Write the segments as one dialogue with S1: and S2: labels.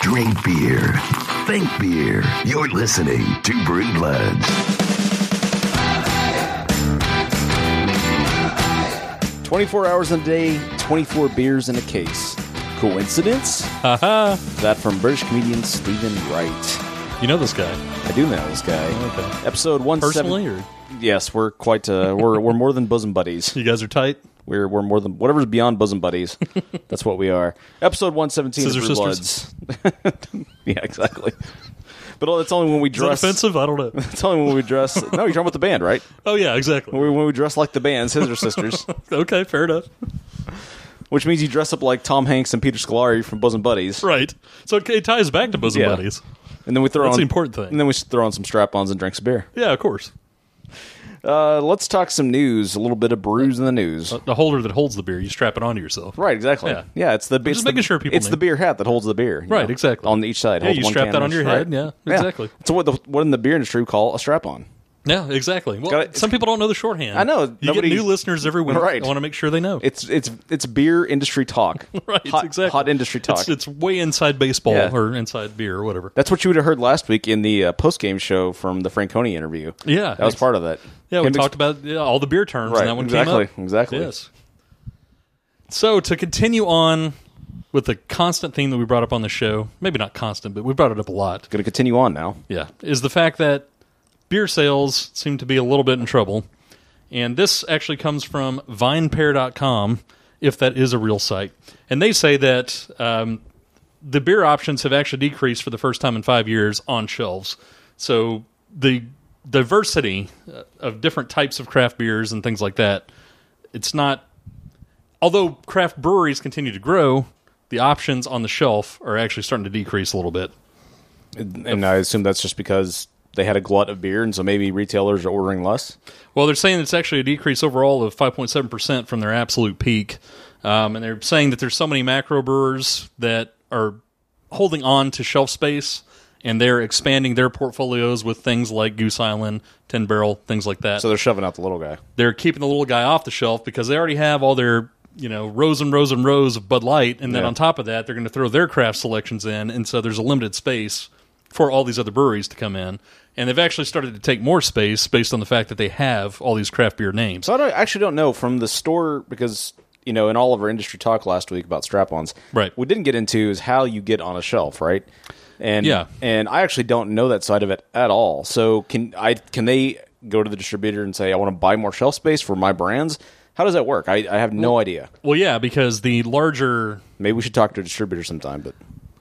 S1: Drink beer. Think beer. You're listening to Brewbloods.
S2: 24 hours in a day, 24 beers in a case. Coincidence?
S3: Haha.
S2: That from British comedian Stephen Wright.
S3: You know this guy.
S2: I do know this guy.
S3: Okay.
S2: Episode one
S3: Personally, or
S2: Yes, we're quite. Uh, we're we're more than bosom buddies.
S3: you guys are tight?
S2: We're we're more than whatever's beyond bosom buddies. That's what we are. Episode one seventeen.
S3: Scissor
S2: of Blue
S3: sisters?
S2: Bloods. yeah, exactly. But it's only when we
S3: Is that
S2: dress.
S3: offensive? I don't know.
S2: It's only when we dress. No, you're talking about the band, right?
S3: Oh, yeah, exactly.
S2: When we, when we dress like the band, Scissor Sisters,
S3: Okay, fair enough.
S2: which means you dress up like Tom Hanks and Peter Scolari from Bosom Buddies,
S3: Right. So it, it ties back to Bosom
S2: Yeah.
S3: Buddies.
S2: and then we throw
S3: That's
S2: on
S3: the important thing.
S2: And then we throw on some strap-ons and drink some beer.
S3: Yeah, of course.
S2: Uh, let's talk some news. A little bit of brews in the news.
S3: The holder that holds the beer, you strap it onto yourself.
S2: Right, exactly. Yeah,
S3: Uh, Yeah.
S2: it's the it's
S3: just
S2: the-
S3: making sure people
S2: It's the
S3: knew.
S2: beer hat that holds the beer. you
S3: Right, exactly.
S2: On each side,
S3: Yeah,
S2: holds
S3: you
S2: one
S3: strap
S2: can
S3: that on
S2: each-
S3: your
S2: right.
S3: head, yeah, exactly.
S2: It's what the what in the beer industry we call a strap on.
S3: Yeah, exactly. Well,
S2: Gotta-
S3: some people don't know the shorthand.
S2: I know,
S3: You
S2: nobody-
S3: get new listeners every week.
S2: Right.
S3: I want to make sure they know.
S2: It's it's it's beer industry talk.
S3: right,
S2: hot,
S3: exactly.
S2: hot industry talk.
S3: It's, it's way inside baseball
S2: Yeah.
S3: or inside beer or whatever.
S2: That's what you would have heard last week in the uh, post game show from the Franconi interview.
S3: Yeah.
S2: that was
S3: ex-
S2: part of that.
S3: Yeah, we
S2: Him ex-
S3: talked about yeah, all the beer terms,
S2: Right,
S3: and that one
S2: exactly,
S3: came up.
S2: exactly.
S3: Yes. So to continue on with the constant theme that we brought up on the show, maybe not constant, but we brought it up a lot.
S2: Going to continue on now.
S3: Yeah, is the fact that beer sales seem to be a little bit in trouble, and this actually comes from VinePair.com, if that is a real site, and they say that um, the beer options have actually decreased for the first time in five years on shelves. So the diversity uh, of different types of craft beers and things like that, it's not. Although craft breweries continue to grow, the options on the shelf are actually starting to decrease a little bit.
S2: And I assume that's just because they had a glut of beer, and so maybe retailers are ordering less.
S3: Well, they're saying it's actually a decrease overall of 5.7% from their absolute peak. Um, and they're saying that there's so many macro brewers that are holding on to shelf space and they're expanding their portfolios with things like Goose Island, 10 Barrel, things like that.
S2: So they're shoving out the little guy.
S3: they're keeping the little guy off the shelf because they already have all their, you know, rows and rows and rows of Bud Light. And then
S2: Yeah.
S3: on top of that, they're going to throw their craft selections in. And so there's a limited space for all these other breweries to come in. And they've actually started to take more space based on the fact that they have all these craft beer names.
S2: So I don't, actually don't know from the store because you know in all of our industry talk last week about strap-ons,
S3: Right.
S2: We didn't get into is how you get on a shelf, right? And
S3: Yeah.
S2: and I actually don't know that side of it at all. So can I? Can they go to the distributor and say I want to buy more shelf space for my brands? How does that work? I, I have no idea.
S3: Well, yeah, because the larger
S2: Maybe we should talk to a distributor sometime. But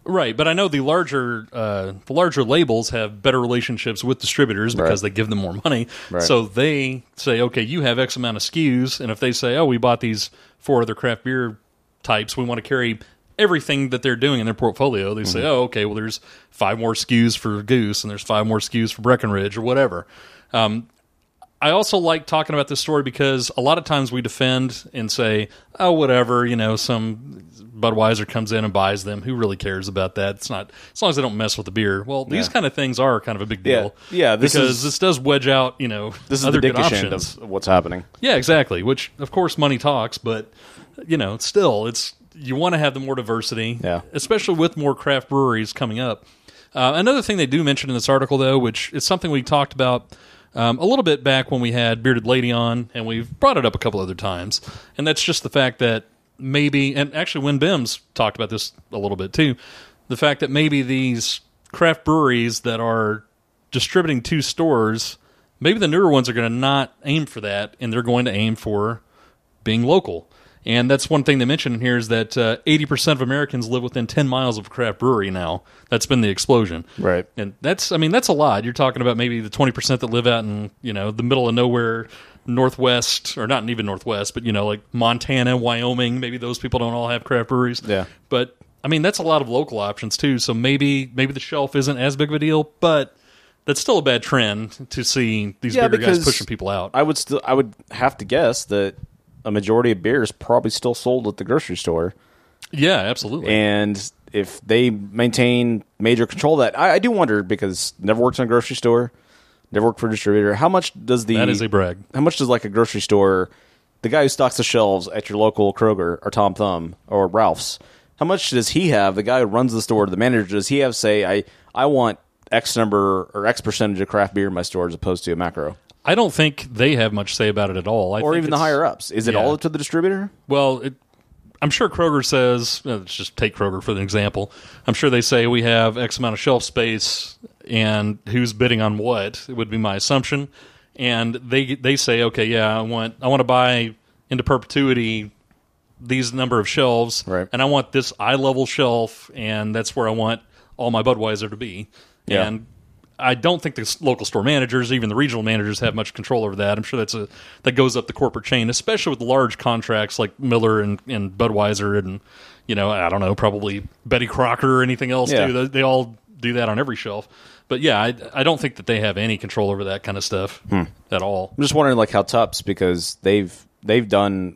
S3: right, but I know the larger uh, the larger labels have better relationships with distributors because
S2: Right.
S3: they give them more money.
S2: Right.
S3: So they say, okay, you have X amount of SKUs, and if they say, oh, we bought these four other craft beer types, we want to carry everything that they're doing in their portfolio. They
S2: Mm-hmm.
S3: say, oh, okay, well, there's five more SKUs for Goose, and there's five more SKUs for Breckenridge or whatever. I also like talking about this story because a lot of times we defend and say, "Oh, whatever," you know, some Budweiser comes in and buys them. Who really cares about that? It's not as long as they don't mess with the beer. Well, these
S2: Yeah.
S3: kind of things are kind of a big deal.
S2: Yeah, this
S3: because
S2: is-
S3: this does wedge out, you know,
S2: this is
S3: other
S2: the
S3: good
S2: dickish end
S3: options.
S2: of what's happening.
S3: Yeah, exactly. Which, of course, money talks, but you know, still, it's you want to have the more diversity,
S2: Yeah.
S3: especially with more craft breweries coming up. Uh, another thing they do mention in this article, though, which is something we talked about um, a little bit back when we had Bearded Lady on, and we've brought it up a couple other times, and that's just the fact that maybe, and actually, when Bims talked about this a little bit too, the fact that maybe these craft breweries that are distributing to stores, maybe the newer ones are going to not aim for that, and they're going to aim for being local. And that's one thing they mention in here is that uh, 80% of Americans live within 10 miles of a craft brewery now. That's been the explosion.
S2: Right.
S3: And that's, I mean, that's a lot. You're talking about maybe the 20% that live out in, you know, the middle of nowhere, Northwest, or not even Northwest, but, you know, like Montana, Wyoming. Maybe those people don't all have craft breweries.
S2: Yeah.
S3: But, I mean, that's a lot of local options, too. So maybe, maybe the shelf isn't as big of a deal, but that's still a bad trend to see these
S2: Yeah,
S3: bigger guys
S2: because
S3: pushing people out.
S2: I would still I would have to guess that a majority of beer is probably still sold at the grocery store.
S3: yeah, absolutely.
S2: and if they maintain major control of that I, I do wonder because never worked in a grocery store never worked for a distributor how much does the
S3: That is a brag.
S2: how much does like a grocery store the guy who stocks the shelves at your local kroger or tom thumb or ralph's How much does he have? The guy who runs the store, the manager, does he have say I I want X number or X percentage of craft beer in my store as opposed to a macro,
S3: I don't think they have much say about it at all. I
S2: or
S3: think
S2: even the
S3: it's-
S2: higher ups? Is it
S3: yeah.
S2: all up to the distributor?
S3: Well, it, I'm sure Kroger says, uh, let's just take Kroger for an example. I'm sure they say we have X amount of shelf space and who's bidding on what, it would be my assumption. And they they say, okay, yeah, I want I want to buy into perpetuity these number of shelves,
S2: Right.
S3: and I want this eye level shelf, and that's where I want all my Budweiser to be.
S2: Yeah.
S3: And I don't think the s- local store managers, even the regional managers, have much control over that. I'm sure that's a that goes up the corporate chain, especially with large contracts like Miller and, and Budweiser, and you know, I don't know, probably Betty Crocker or anything else
S2: Yeah.
S3: too. They, they all do that on every shelf. But yeah, I, I don't think that they have any control over that kind of stuff
S2: Hmm.
S3: at all.
S2: I'm just wondering like how Tups because they've they've done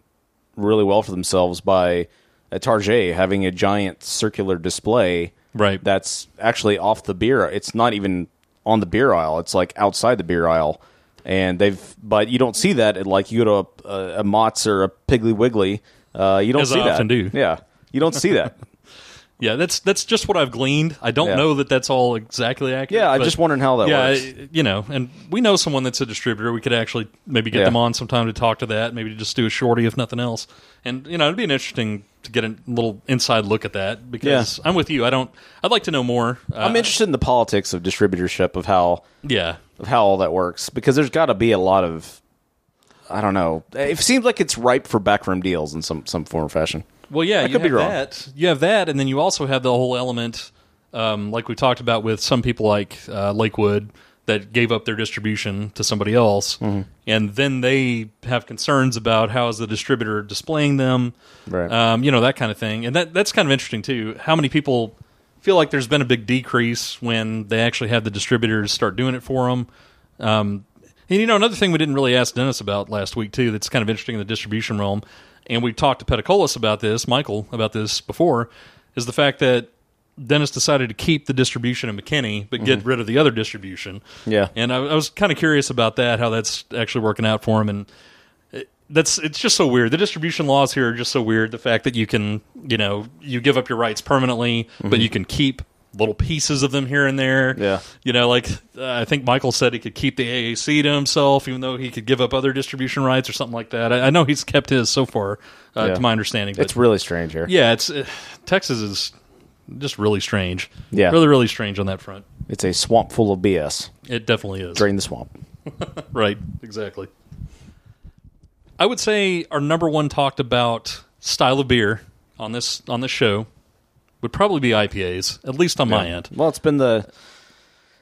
S2: really well for themselves by at Target having a giant circular display
S3: Right.
S2: that's actually off the beer. It's not even on the beer aisle. It's like outside the beer aisle, and they've but you don't see that at like you go to a, a, a Mott's or a Piggly Wiggly. Uh, you don't
S3: As I
S2: see that.
S3: often do.
S2: Yeah, you don't see that.
S3: Yeah, that's that's just what I've gleaned. I don't
S2: Yeah.
S3: know that that's all exactly accurate.
S2: Yeah, I'm
S3: but-
S2: just wondering how that
S3: yeah,
S2: works.
S3: I- you know, and we know someone that's a distributor. We could actually maybe get
S2: Yeah.
S3: them on sometime to talk to that. Maybe to just do a shorty if nothing else. And you know, it'd be an interesting to get a little inside look at that because I'm with you. I don't. I'd like to know more. Uh,
S2: I'm interested in the politics of distributorship of how
S3: Yeah,
S2: of how all that works because there's got to be a lot of I don't know. It seems like it's ripe for backroom deals in some some form or fashion.
S3: Well, yeah, you
S2: could be
S3: have
S2: wrong.
S3: that. You have that, and then you also have the whole element, um, like we talked about with some people like uh, Lakewood that gave up their distribution to somebody else,
S2: Mm-hmm.
S3: and then they have concerns about how is the distributor displaying them,
S2: Right.
S3: Um, you know that kind of thing, and that that's kind of interesting too. How many people feel like there's been a big decrease when they actually had the distributors start doing it for them? Um, and you know, another thing we didn't really ask Dennis about last week too. That's kind of interesting in the distribution realm, and we talked to Pedicolis about this, Michael about this before, is the fact that Dennis decided to keep the distribution in McKinney but get rid of the other distribution.
S2: Mm-hmm. Yeah.
S3: and I, I was kind of curious about that, how that's actually working out for him, and that's it's just so weird. The distribution laws here are just so weird. The fact that you can, you know, you give up your rights permanently, but you can keep little pieces of them here and there.
S2: Mm-hmm. Yeah.
S3: You know, like uh, I think Michael said he could keep the AAC to himself, even though he could give up other distribution rights or something like that. I, I know he's kept his so far, uh,
S2: Yeah.
S3: to my understanding. But
S2: It's really strange here.
S3: yeah, it's uh, Texas is just really strange.
S2: Yeah.
S3: Really, really strange on that front.
S2: It's a swamp full of BS.
S3: It definitely is.
S2: Drain the swamp.
S3: Right, exactly. I would say our number one talked about style of beer on this on this show would probably be IPAs, at least on my end.
S2: Well, it's been the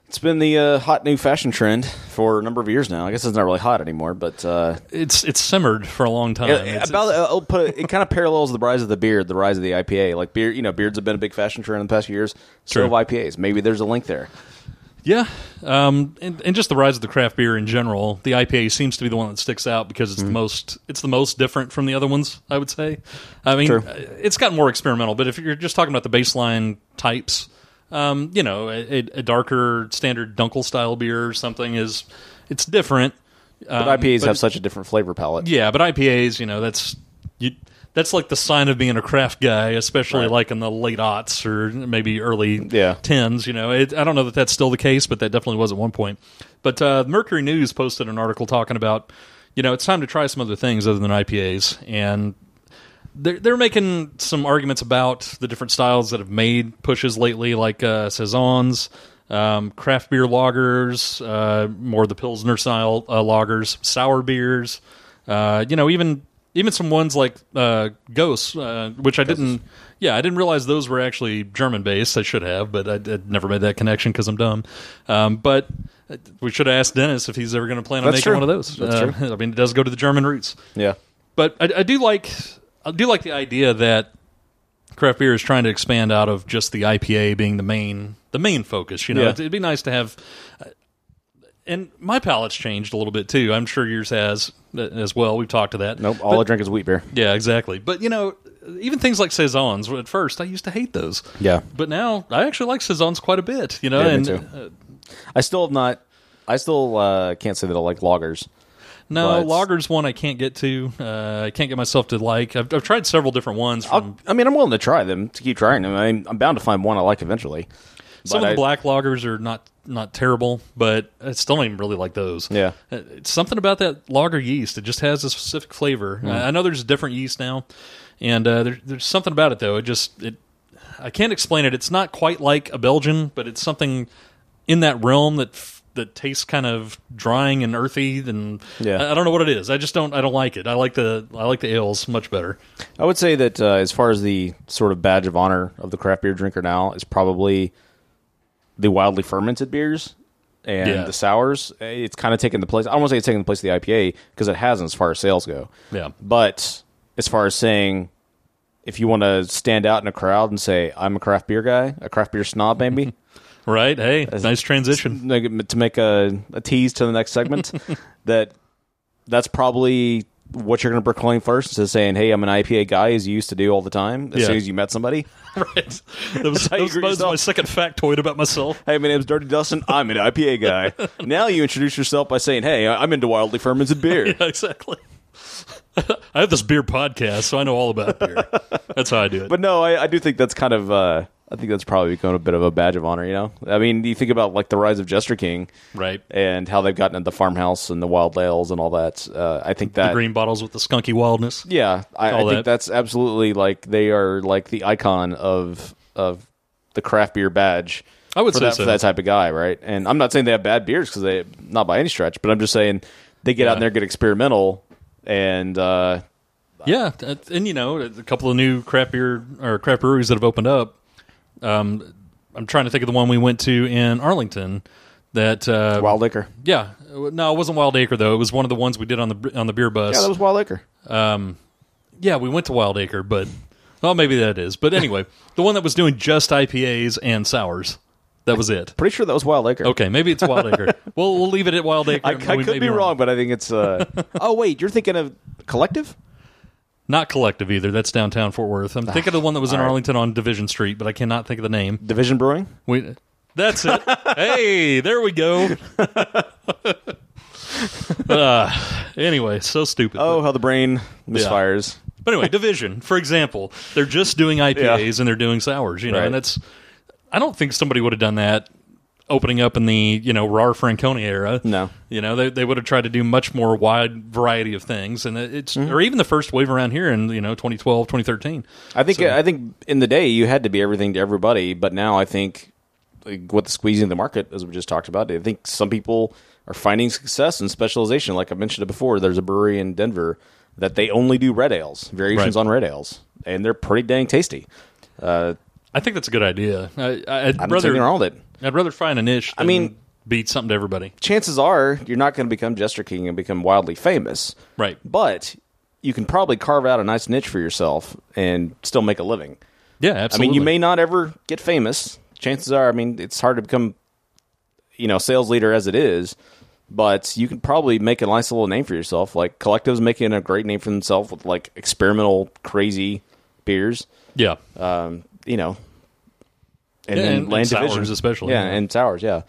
S2: it's been the uh, hot new fashion trend for a number of years now. I guess it's not really hot anymore, but uh,
S3: It's it's simmered for a long time. It's-
S2: about
S3: it's-
S2: uh, I'll put it, it kind of parallels the rise of the beard, the rise of the IPA. Like beer, you know, beards have been a big fashion trend in the past few years. So
S3: True.
S2: have IPAs. Maybe there's a link there.
S3: yeah, um, and, and just the rise of the craft beer in general. The IPA seems to be the one that sticks out because it's the most it's the most different from the other ones. I would say. I mean, uh,
S2: True.
S3: it's gotten more experimental, but if you're just talking about the baseline types, um, you know, a, a- a darker standard Dunkel style beer or something is it's different.
S2: But IPAs have such a different flavor palette.
S3: Um, Yeah, but IPAs, you know, that's you. That's like the sign of being a craft guy, especially
S2: Right.
S3: like in the late aughts or maybe early
S2: Yeah.
S3: tens. You know, it, I don't know that that's still the case, but that definitely was at one point. But uh, Mercury News posted an article talking about, you know, it's time to try some other things other than IPAs, and they're they're making some arguments about the different styles that have made pushes lately, like uh, saisons, um, craft beer lagers, uh, more of the pilsner style uh, lagers, sour beers, uh, you know, even even some ones like uh, Ghosts, uh, which I didn't, yeah, I didn't realize those were actually German based. I should have, but I, would never made that connection because I'm dumb. Um, but uh, we should have asked Dennis if he's ever going to plan on
S2: That's true.
S3: making one of those.
S2: That's
S3: Uh, I mean, it does go to the German roots
S2: Yeah.
S3: but I, I do like I do like the idea that craft beer is trying to expand out of just the IPA being the main the main focus. You know,
S2: Yeah.
S3: it'd, it'd be nice to have. uh, And my palate's changed a little bit too. I'm sure yours has uh, as well. We've talked to that.
S2: Nope. All I drink is wheat beer.
S3: Yeah, exactly. But you know, even things like saisons. At first, I used to hate those.
S2: Yeah.
S3: But now I actually like saisons quite a bit. You know,
S2: Yeah, me
S3: and
S2: uh, too. I still have not. I still uh, can't say that I like loggers.
S3: No,
S2: But-
S3: Lager's one I can't get to. Uh, I can't get myself to like. I've, I've tried several different ones. From,
S2: I'll, I mean, I'm willing to try them to keep trying them. I'm, I'm bound to find one I like eventually.
S3: Some of
S2: But
S3: the
S2: I-
S3: black lagers are not not terrible, but I still don't even really like those.
S2: Yeah.
S3: Uh, it's something about that lager yeast. It just has a specific flavor.
S2: Hmm.
S3: Uh, I know there's different yeast now, and uh, there, there's something about it though. It just it I can't explain it. It's not quite like a Belgian, but it's something in that realm that f- that tastes kind of drying and earthy. And
S2: Yeah.
S3: I, I don't know what it is. I just don't. I don't like it. I like the I like the ales much better.
S2: I would say that uh, as far as the sort of badge of honor of the craft beer drinker now is probably the wildly fermented beers and
S3: Yeah.
S2: the sours. It's kind of taken the place. I don't want to say it's taken the place of the IPA because it hasn't as far as sales go.
S3: Yeah.
S2: But as far as saying, if you want to stand out in a crowd and say, I'm a craft beer guy, a craft beer snob, maybe,
S3: Right? Hey, nice transition.
S2: like, to make a, a tease to the next segment, that that's probably what you're going to proclaim first instead of saying, hey, I'm an IPA guy, as you used to do all the time, as
S3: Yeah.
S2: soon as you met somebody.
S3: Right. That was,
S2: how you
S3: that
S2: greet
S3: was my
S2: yourself.
S3: second factoid about myself.
S2: Hey, my name's Dirty Dustin. I'm an IPA guy. now you introduce yourself by saying, "Hey, I- I'm into wildly fermented beer."
S3: Yeah, exactly. I have this beer podcast, so I know all about beer. That's how I do it.
S2: But no, I, I do think that's kind of. Uh, I think that's probably become a bit of a badge of honor. You know, I mean, you think about like the rise of Jester King,
S3: right.
S2: and how they've gotten at the farmhouse and the wild ales and all that. Uh, I think that.
S3: The green bottles with the skunky wildness.
S2: yeah, I, I
S3: All
S2: think
S3: that.
S2: that's absolutely like they are like the icon of of the craft beer badge.
S3: I would
S2: for
S3: say
S2: that,
S3: so.
S2: for that type of guy, right? And I'm not saying they have bad beers because they not by any stretch, but I'm just saying they get out
S3: Yeah.
S2: out there, get experimental, and uh,
S3: Yeah, uh, and you know, a couple of new craft beer or craft breweries that have opened up. Um, I'm trying to think of the one we went to in Arlington. That uh,
S2: wild liquor.
S3: yeah, no, it wasn't Wild Acre though. It was one of the ones we did on the on the beer bus.
S2: Yeah, that was wild liquor.
S3: Yeah, we went to Wild Acre, but well, maybe that is. But anyway, the one that was doing just IPAs and sours. That was it.
S2: Pretty sure that was wild liquor.
S3: Okay, maybe it's Wild Acre. well, we'll leave it at Wild Acre.
S2: I, I
S3: We
S2: could
S3: may
S2: be wrong, but I think it's. Uh, oh wait, you're thinking of collective?
S3: Not Collective either. That's downtown Fort Worth. I'm thinking of the one that was in Arlington on Division Street, but I cannot think of the name.
S2: Division Brewing.
S3: We, that's it. hey, there we go. uh, anyway, so stupid.
S2: Oh, how the brain misfires.
S3: But anyway, division, for example, they're just doing IPAs and they're doing sours, you know,
S2: Right.
S3: and that's I don't think somebody would have done that opening up in the, you know, Rar Franconi era.
S2: No.
S3: You know, they, they would have tried to do much more wide variety of things and it- it's
S2: Mm-hmm.
S3: or even the first wave around here in, you know, 2012, 2013.
S2: I think. I think in the day you had to be everything to everybody, but now I think like, with the squeezing of the market, as we just talked about, I think some people are finding success in specialization. Like I mentioned it before, there's a brewery in Denver that they only do red ales, variations
S3: Right.
S2: on red ales, and they're pretty dang tasty.
S3: I think that's a good idea. I, I, would
S2: I don't see
S3: rather
S2: anything wrong with it.
S3: I'd rather find a niche than
S2: mean-
S3: beat something to everybody.
S2: chances are you're not going to become Jester King and become wildly famous.
S3: Right.
S2: But you can probably carve out a nice niche for yourself and still make a living.
S3: Yeah,
S2: I
S3: absolutely.
S2: mean, you may not ever get famous. Chances are, I mean, it's hard to become, you know, sales leader as it is, but you can probably make a nice little name for yourself. Like Collective's making a great name for themselves with like experimental, crazy beers.
S3: Yeah.
S2: Um, you know, and
S3: Yeah,
S2: then
S3: and- and
S2: Land Division,
S3: sours especially,
S2: yeah,
S3: yeah.
S2: and sours, yeah.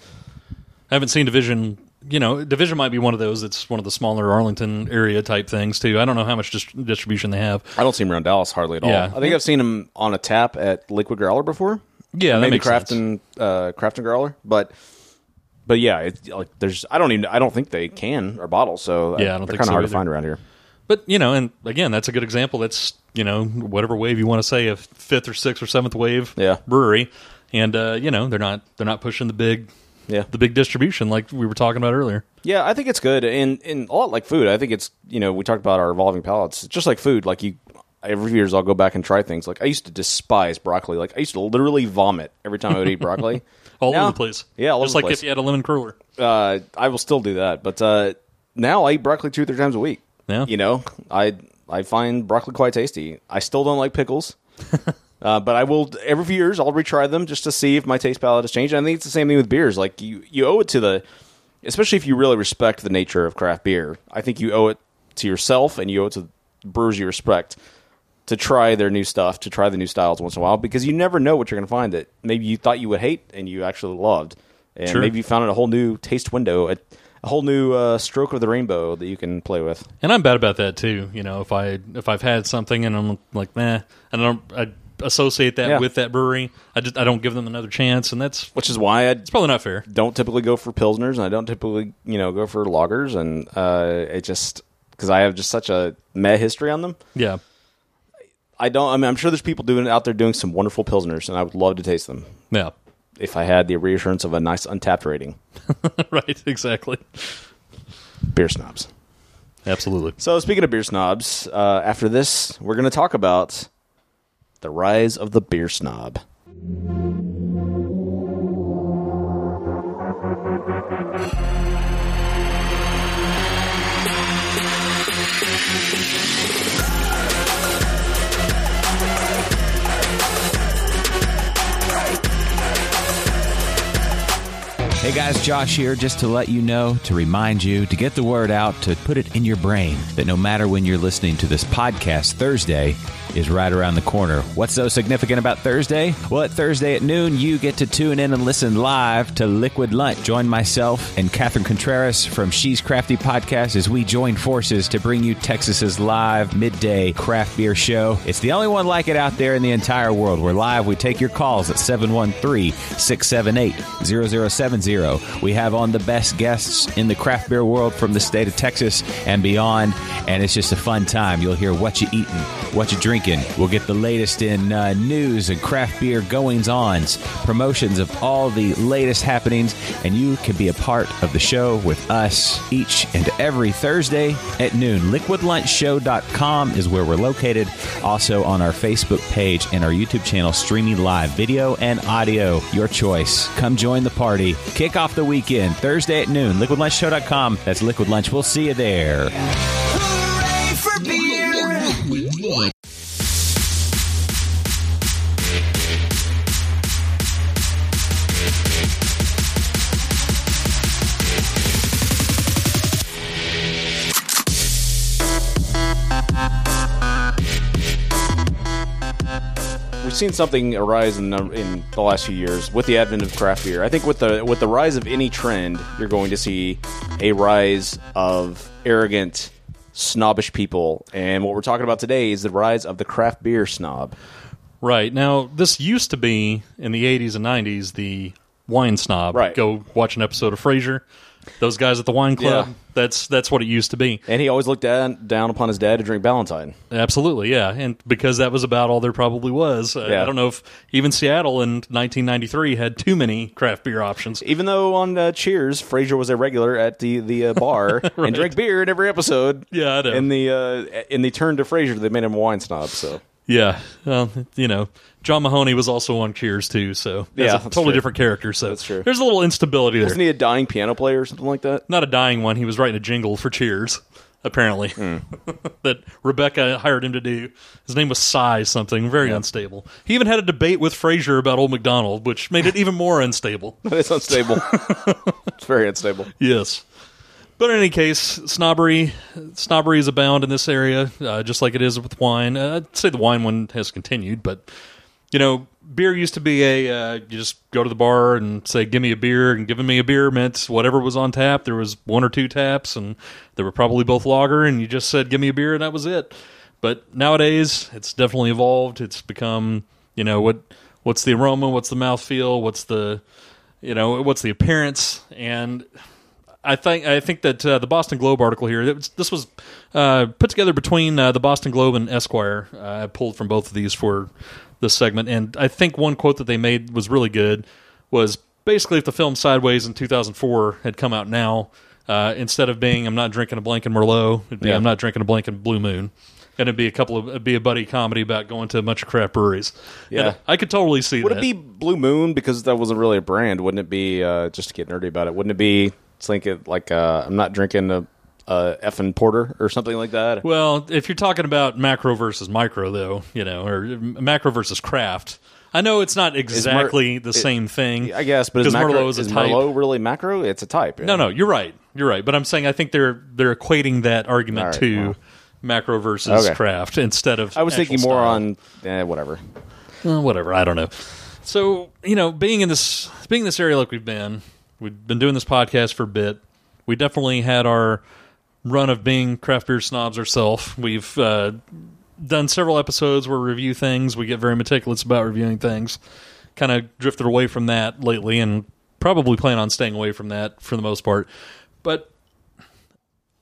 S3: I haven't seen Division. You know, Division might be one of those. It's one of the smaller Arlington area type things too. I don't know how much dis- distribution they have.
S2: I don't see him around Dallas hardly at all.
S3: Yeah.
S2: I think I've seen him on a tap at Liquid Growler before.
S3: Yeah, that
S2: maybe
S3: makes
S2: Craft
S3: sense.
S2: and uh, Craft and Growler, but but yeah, it's like there's I don't even I don't think they can or bottle. So
S3: Yeah,
S2: they're
S3: I don't think
S2: kinda
S3: so
S2: hard
S3: either.
S2: to find around here.
S3: But you know, and again, that's a good example. That's you know whatever wave you want to say, a fifth or sixth or seventh wave
S2: Yeah.
S3: brewery, and uh, you know they're not they're not pushing the big
S2: Yeah.
S3: the big distribution like we were talking about earlier.
S2: Yeah, I think it's good, and and a lot like food. I think it's you know we talked about our evolving palates. It's just like food. Like you, every years I'll go back and try things. Like I used to despise broccoli. Like I used to literally vomit every time I would eat broccoli.
S3: All
S2: Now-
S3: over the place.
S2: Yeah, all
S3: just
S2: over
S3: like
S2: the place.
S3: if you had a lemon cruller.
S2: uh, I will still do that. But uh, now I eat broccoli two or three times a week.
S3: Yeah.
S2: You know, I I find broccoli quite tasty. I still don't like pickles. Uh, but I will every few years I'll retry them just to see if my taste palette has changed. And I think it's the same thing with beers. Like you, you owe it to the, especially if you really respect the nature of craft beer. I think you owe it to yourself and you owe it to brewers you respect to try their new stuff, to try the new styles once in a while because you never know what you're going to find. That maybe you thought you would hate and you actually loved, and
S3: Sure.
S2: maybe you found a whole new taste window, a, a whole new uh, stroke of the rainbow that you can play with.
S3: And I'm bad about that too. You know, if I if I've had something and I'm like, nah, and I don't I associate that
S2: Yeah.
S3: with that brewery, I just I don't give them another chance, and that's
S2: Which is why I
S3: it's probably not fair.
S2: don't typically go for pilsners, and I don't typically you know go for lagers, and uh, it just because I have just such a meh history on them.
S3: Yeah,
S2: I don't. I mean, I'm sure there's people doing out there doing some wonderful pilsners, and I would love to taste them
S3: yeah,
S2: if I had the reassurance of a nice untapped rating.
S3: right, exactly,
S2: Beer snobs.
S3: absolutely.
S2: So speaking of beer snobs, uh, after this, we're going to talk about the rise of the beer snob.
S4: Hey guys, Josh here, just to let you know, to remind you, to get the word out, to put it in your brain that no matter when you're listening to this podcast, Thursday is right around the corner. What's so significant about Thursday? Well, at Thursday at noon, you get to tune in and listen live to Liquid Lunch. Join myself and Catherine Contreras from She's Crafty Podcast as we join forces to bring you Texas's live midday craft beer show. It's the only one like it out there in the entire world. We're live. We take your calls at 713 678 0070. We have on the best guests in the craft beer world from the state of Texas and beyond. And it's just a fun time. You'll hear what you eating, what you drinking. We'll get the latest in uh, news and craft beer goings ons, promotions of all the latest happenings. And you can be a part of the show with us each and every Thursday at noon. LiquidLunchShow.com is where we're located. Also on our Facebook page and our YouTube channel, streaming live video and audio, your choice. Come join the party. Kick off the weekend Thursday at noon. LiquidLunchShow.com. That's Liquid Lunch. We'll see you there.
S5: Hooray for beer!
S2: We've seen something arise in the, in the last few years with the advent of craft beer. I think with the with the rise of any trend, you're going to see a rise of arrogant, snobbish people. And what we're talking about today is the rise of the craft beer snob.
S3: Right now, this used to be in the '80s and '90s the wine snob.
S2: Right.
S3: go watch an episode of Frasier. Those guys at the wine club.
S2: Yeah.
S3: That's that's what it used to be.
S2: And he always looked down, down upon his dad to drink Ballantine.
S3: Absolutely, yeah, and because that was about all there probably was. Uh,
S2: Yeah.
S3: I don't know if even Seattle in 1993 had too many craft beer options.
S2: Even though on uh, Cheers, Frasier was a regular at the the uh, bar and drank beer in every episode.
S3: Yeah, I know.
S2: In the uh, in the turn to Frasier, they made him a wine snob. So
S3: Yeah, well, you know, John Mahoney was also on Cheers too, so that's
S2: Yeah,
S3: a
S2: that's
S3: totally
S2: true.
S3: different character. So
S2: That's true.
S3: There's a little instability there.
S2: isn't he a dying piano player or something like that?
S3: Not a dying one. He was writing a jingle for Cheers, apparently,
S2: Hmm.
S3: that Rebecca hired him to do. His name was Cy something. Very unstable. He even had a debate with Frasier about Old MacDonald, which made it even more unstable.
S2: It's unstable. it's very unstable.
S3: Yes. But in any case, snobbery snobbery is abound in this area, uh, just like it is with wine. Uh, I'd say the wine one has continued, but you know, beer used to be a uh, you just go to the bar and say, "Give me a beer," and giving me a beer meant whatever was on tap. There was one or two taps, and they were probably both lager, and you just said, "Give me a beer," and that was it. But nowadays, it's definitely evolved. It's become you know what what's the aroma, what's the mouthfeel, what's the you know what's the appearance, and I think I think that uh, the Boston Globe article here. It was, this was uh, put together between uh, the Boston Globe and Esquire. Uh, I pulled from both of these for this segment, and I think one quote that they made was really good. Was basically if the film Sideways in 2004 had come out now, uh, instead of being I'm not drinking a blank in Merlot, it'd be
S2: Yeah.
S3: I'm not drinking a blank in Blue Moon, and it'd be a couple of it'd be a buddy comedy about going to a bunch of crap breweries. And
S2: Yeah.
S3: I could totally see
S2: Would
S3: that.
S2: it be Blue Moon because that wasn't really a brand? Wouldn't it be uh, just to get nerdy about it? Wouldn't it be it's like it like uh, I'm not drinking a, a effing porter or something like that?
S3: Well, if you're talking about macro versus micro, though, you know, or m- macro versus craft, I know it's not exactly the
S2: it-
S3: same thing.
S2: I guess, but is,
S3: because
S2: macro,
S3: Merlot is a
S2: is
S3: type.
S2: Merlot really macro? It's a type.
S3: No, no, you're right, you're right. But I'm saying I think they're they're equating that argument
S2: All right,
S3: to
S2: well.
S3: macro versus
S2: Okay.
S3: craft instead of.
S2: I was
S3: actual
S2: thinking more
S3: style.
S2: on eh, whatever.
S3: Uh, whatever. I don't know. So you know, being in this being in this area like we've been, we've been doing this podcast for a bit. We definitely had our run of being craft beer snobs ourselves. We've uh, done several episodes where we review things. We get very meticulous about reviewing things. Kind of drifted away from that lately, and probably plan on staying away from that for the most part. But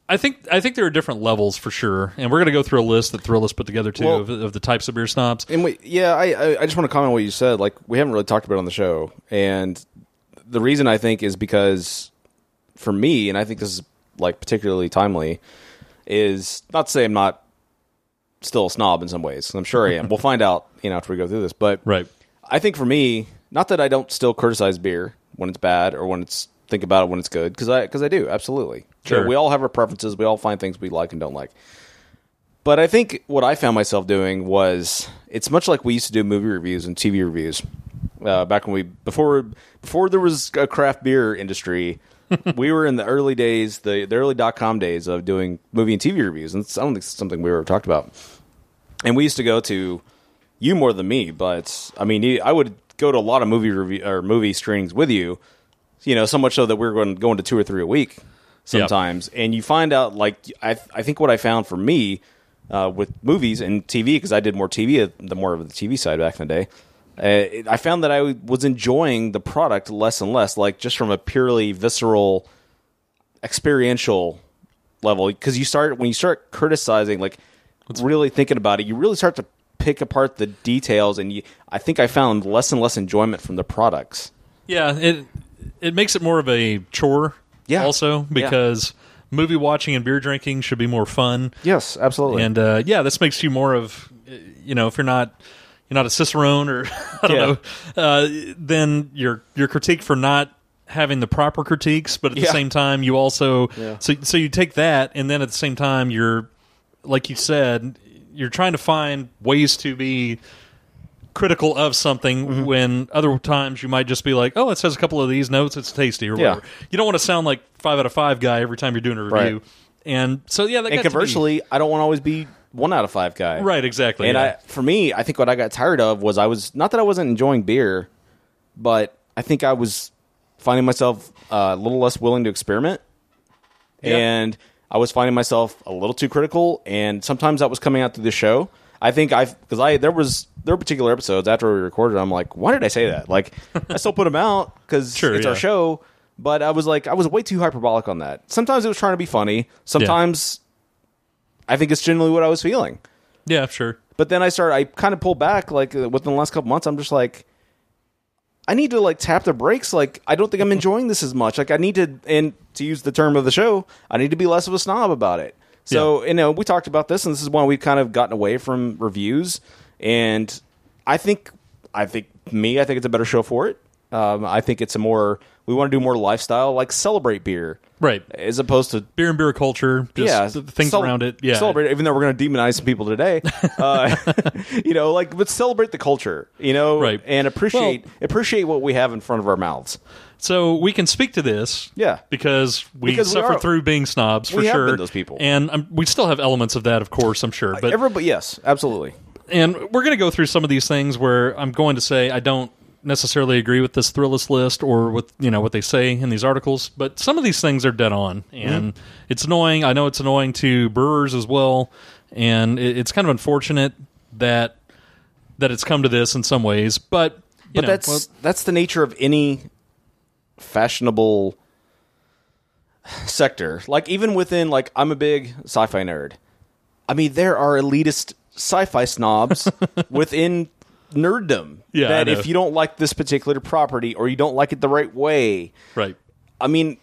S3: I think I think there are different levels for sure, and we're going to go through a list that Thrillist put together too
S2: Well-
S3: of, of the types of beer snobs.
S2: And we, yeah, I, I, I just want to comment on what you said. Like, we haven't really talked about it on the show, and the reason I think is because for me, and I think this is like particularly timely, is not to say I'm not still a snob in some ways. I'm sure I am. we'll find out, you know, after we go through this. But
S3: Right.
S2: I think for me, not that I don't still criticize beer when it's bad or when it's think about it when it's good because I because I do absolutely.
S3: Sure.
S2: Yeah, we all have our preferences. We all find things we like and don't like. But I think what I found myself doing was it's much like we used to do movie reviews and TV reviews uh, back when we before before there was a craft beer industry. we were in the early days, the, the early dot com days of doing movie and TV reviews, and it's- I don't think it's something we ever talked about. And we used to go to you more than me, but I mean, you- I would go to a lot of movie review or movie screenings with you. You know, so much so that we were going going to two or three a week sometimes, and you find out like I I think what I found for me uh, with movies and TV because I did more TV the more of the TV side back in the day. Uh, it, I found that I was enjoying the product less and less, like just from a purely visceral, experiential level because you start when you start criticizing like really thinking about it you really start to pick apart the details and you i think i found less and less enjoyment from the products
S3: Yeah, it it makes it more of a chore.
S2: Yeah.
S3: Also,
S2: Yeah.
S3: because movie watching and beer drinking should be more fun.
S2: yes absolutely
S3: And uh, yeah, this makes you more of uh, you know if you're not you're not a cicerone or I don't
S2: Yeah.
S3: know, uh, then your your critique for not having the proper critiques, but at the
S2: Yeah.
S3: same time you also so so you take that and then at the same time you're like you said you're trying to find ways to be critical of something
S2: Mm-hmm.
S3: when other times you might just be like, oh, it says a couple of these notes, it's tasty or
S2: Yeah.
S3: whatever. You don't want to sound like five out of five guy every time you're doing a review.
S2: Right.
S3: And so yeah, that
S2: and
S3: got to me.
S2: conversely i don't want to always be one out of five guy
S3: Right, exactly.
S2: and
S3: yeah.
S2: i for me i think what i got tired of was i was not that i wasn't enjoying beer but i think i was finding myself uh, a little less willing to experiment
S3: Yeah.
S2: and I was finding myself a little too critical, and sometimes that was coming out through the show. I think I because I there was there were particular episodes after we recorded. I'm like, why did I say that? Like, I still put them out because
S3: Sure,
S2: it's our
S3: yeah.
S2: show. But I was like, I was way too hyperbolic on that. Sometimes it was trying to be funny. Sometimes I think it's generally what I was feeling.
S3: yeah, sure.
S2: But then I started, I kind of pulled back like uh, within the last couple months. I'm just like, I need to like tap the brakes. Like, I don't think I'm enjoying this as much. Like, I need to, and to use the term of the show, I need to be less of a snob about it. So, you know, we talked about this, and this is why we've kind of gotten away from reviews. And I think, I think me, I think it's a better show for it. Um, I think it's a more, we want to do more lifestyle, like celebrate beer.
S3: Right.
S2: As opposed to
S3: Beer and beer culture, just th- things
S2: cel-
S3: around it. Yeah.
S2: celebrate. Even though we're going to demonize some people today, uh, you know, like but celebrate the culture, you know,
S3: Right.
S2: And appreciate
S3: Well-
S2: appreciate what we have in front of our mouths.
S3: So we can speak to this.
S2: Yeah.
S3: Because we
S2: Because we
S3: suffered
S2: are-
S3: through being snobs for
S2: We have
S3: sure.
S2: been those people. Uh,
S3: And um, we still have elements of that, of course, I'm sure. But
S2: Everybody, yes, absolutely.
S3: and we're going to go through some of these things where I'm going to say I don't necessarily agree with this thrillist list or with you know what they say in these articles, but some of these things are dead on,
S2: Mm-hmm.
S3: and it's annoying. I know it's annoying to brewers as well, and it, it's kind of unfortunate that that it's come to this in some ways, but.
S2: But
S3: you know,
S2: that's
S3: well,
S2: that's the nature of any fashionable sector. Like even within, like I'm a big sci-fi nerd. I mean, there are elitist sci-fi snobs within nerddom.
S3: Yeah, I
S2: that
S3: know.
S2: if you don't like this particular property or you don't like it the right way,
S3: right.
S2: I mean,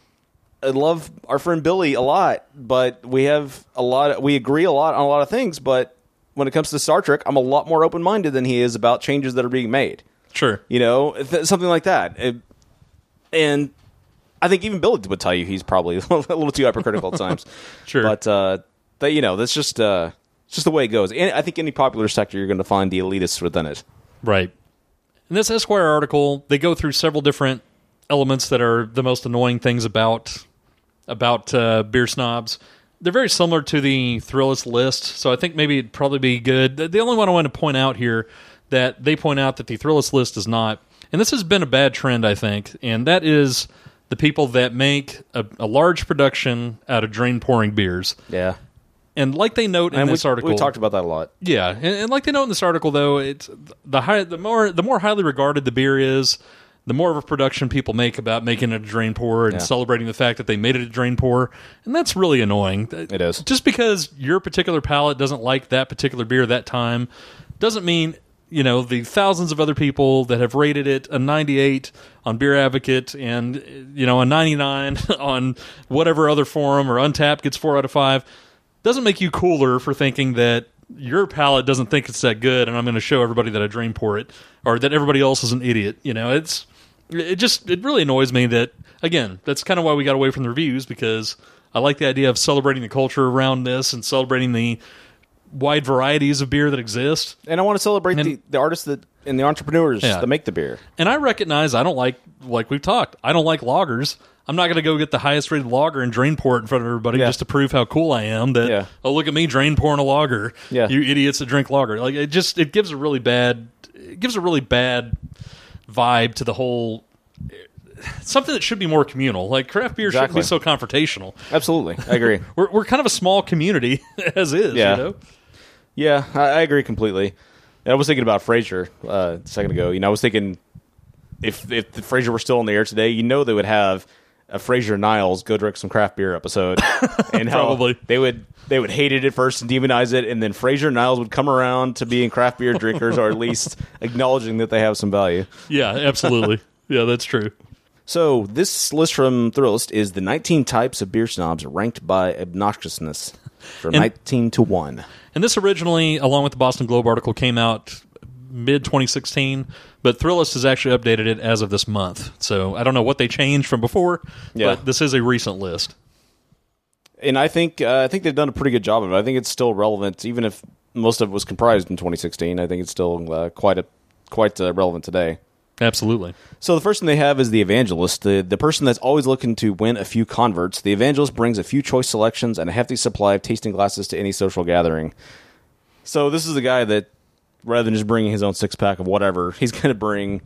S2: I love our friend Billy a lot, but we have a lot. we agree a lot on a lot of things, but when it comes to Star Trek, I'm a lot more open minded than he is about changes that are being made.
S3: Sure.
S2: You know, th- something like that. It- and I think even Billy would tell you he's probably a little too hypercritical at times.
S3: Sure.
S2: but uh, that you know, that's just uh, it's just the way it goes. And I think any popular sector, you're going to find the elitists within it.
S3: Right. In this Esquire article, they go through several different elements that are the most annoying things about about uh, beer snobs. They're very similar to the Thrillist list, so I think maybe it'd probably be good. The the only one I want to point out here that they point out that the Thrillist list is not, and this has been a bad trend, I think, and that is the people that make a, a large production out of drain pouring beers.
S2: Yeah.
S3: And like they note in
S2: And we,
S3: this article,
S2: we talked about that a lot.
S3: yeah, and, and like they note in this article, though it's the high, the more the more highly regarded the beer is, the more of a production people make about making it a drain pour and
S2: Yeah.
S3: celebrating the fact that they made it a drain pour, and that's really annoying.
S2: It is.
S3: just because your particular palate doesn't like that particular beer that time, doesn't mean you know the thousands of other people that have rated it a 98 on Beer Advocate and you know a 99 on whatever other forum or Untapped gets four out of five doesn't make you cooler for thinking that your palate doesn't think it's that good and I'm going to show everybody that I dream pour it or that everybody else is an idiot. You know, it's it just it really annoys me that again, that's kind of why we got away from the reviews because I like the idea of celebrating the culture around this and celebrating the wide varieties of beer that exist.
S2: And I want to celebrate
S3: And-
S2: the, the artists that and the entrepreneurs
S3: Yeah.
S2: that make the beer.
S3: And I recognize I don't like like we've talked. I don't like loggers. I'm not going to go get the highest rated logger and drain pour it in front of everybody
S2: Yeah.
S3: just to prove how cool I am. That
S2: Yeah.
S3: oh look at me drain pouring a logger.
S2: Yeah.
S3: you idiots that drink lager. Like it just it gives a really bad it gives a really bad vibe to the whole. Something that should be more communal. Like craft beer
S2: Exactly.
S3: shouldn't be so confrontational.
S2: Absolutely, I agree.
S3: We're we're kind of a small community as is.
S2: Yeah.
S3: You know?
S2: yeah, I, I agree completely. And I was thinking about Frasier uh, a second ago. You know, I was thinking if if the Frasier were still on the air today, you know, they would have a Frasier Niles go drink some craft beer episode, and how
S3: Probably.
S2: they would they would hate it at first and demonize it, and then Frasier Niles would come around to being craft beer drinkers, or at least acknowledging that they have some value.
S3: Yeah, absolutely. yeah, that's true.
S2: So this list from Thrillist is the 19 types of beer snobs ranked by obnoxiousness from
S3: And-
S2: 19 to 1.
S3: And this originally, along with the Boston Globe article, came out mid 2016, but Thrillist has actually updated it as of this month. So I don't know what they changed from before,
S2: Yeah.
S3: but this is a recent list.
S2: And I think uh, I think they've done a pretty good job of it. I think it's still relevant even if most of it was comprised in 2016. I think it's still uh, quite a quite uh, relevant today.
S3: Absolutely.
S2: So the first thing they have is the evangelist, the, the person that's always looking to win a few converts. The evangelist brings a few choice selections and a hefty supply of tasting glasses to any social gathering. So this is a guy that, rather than just bringing his own six pack of whatever, he's going to bring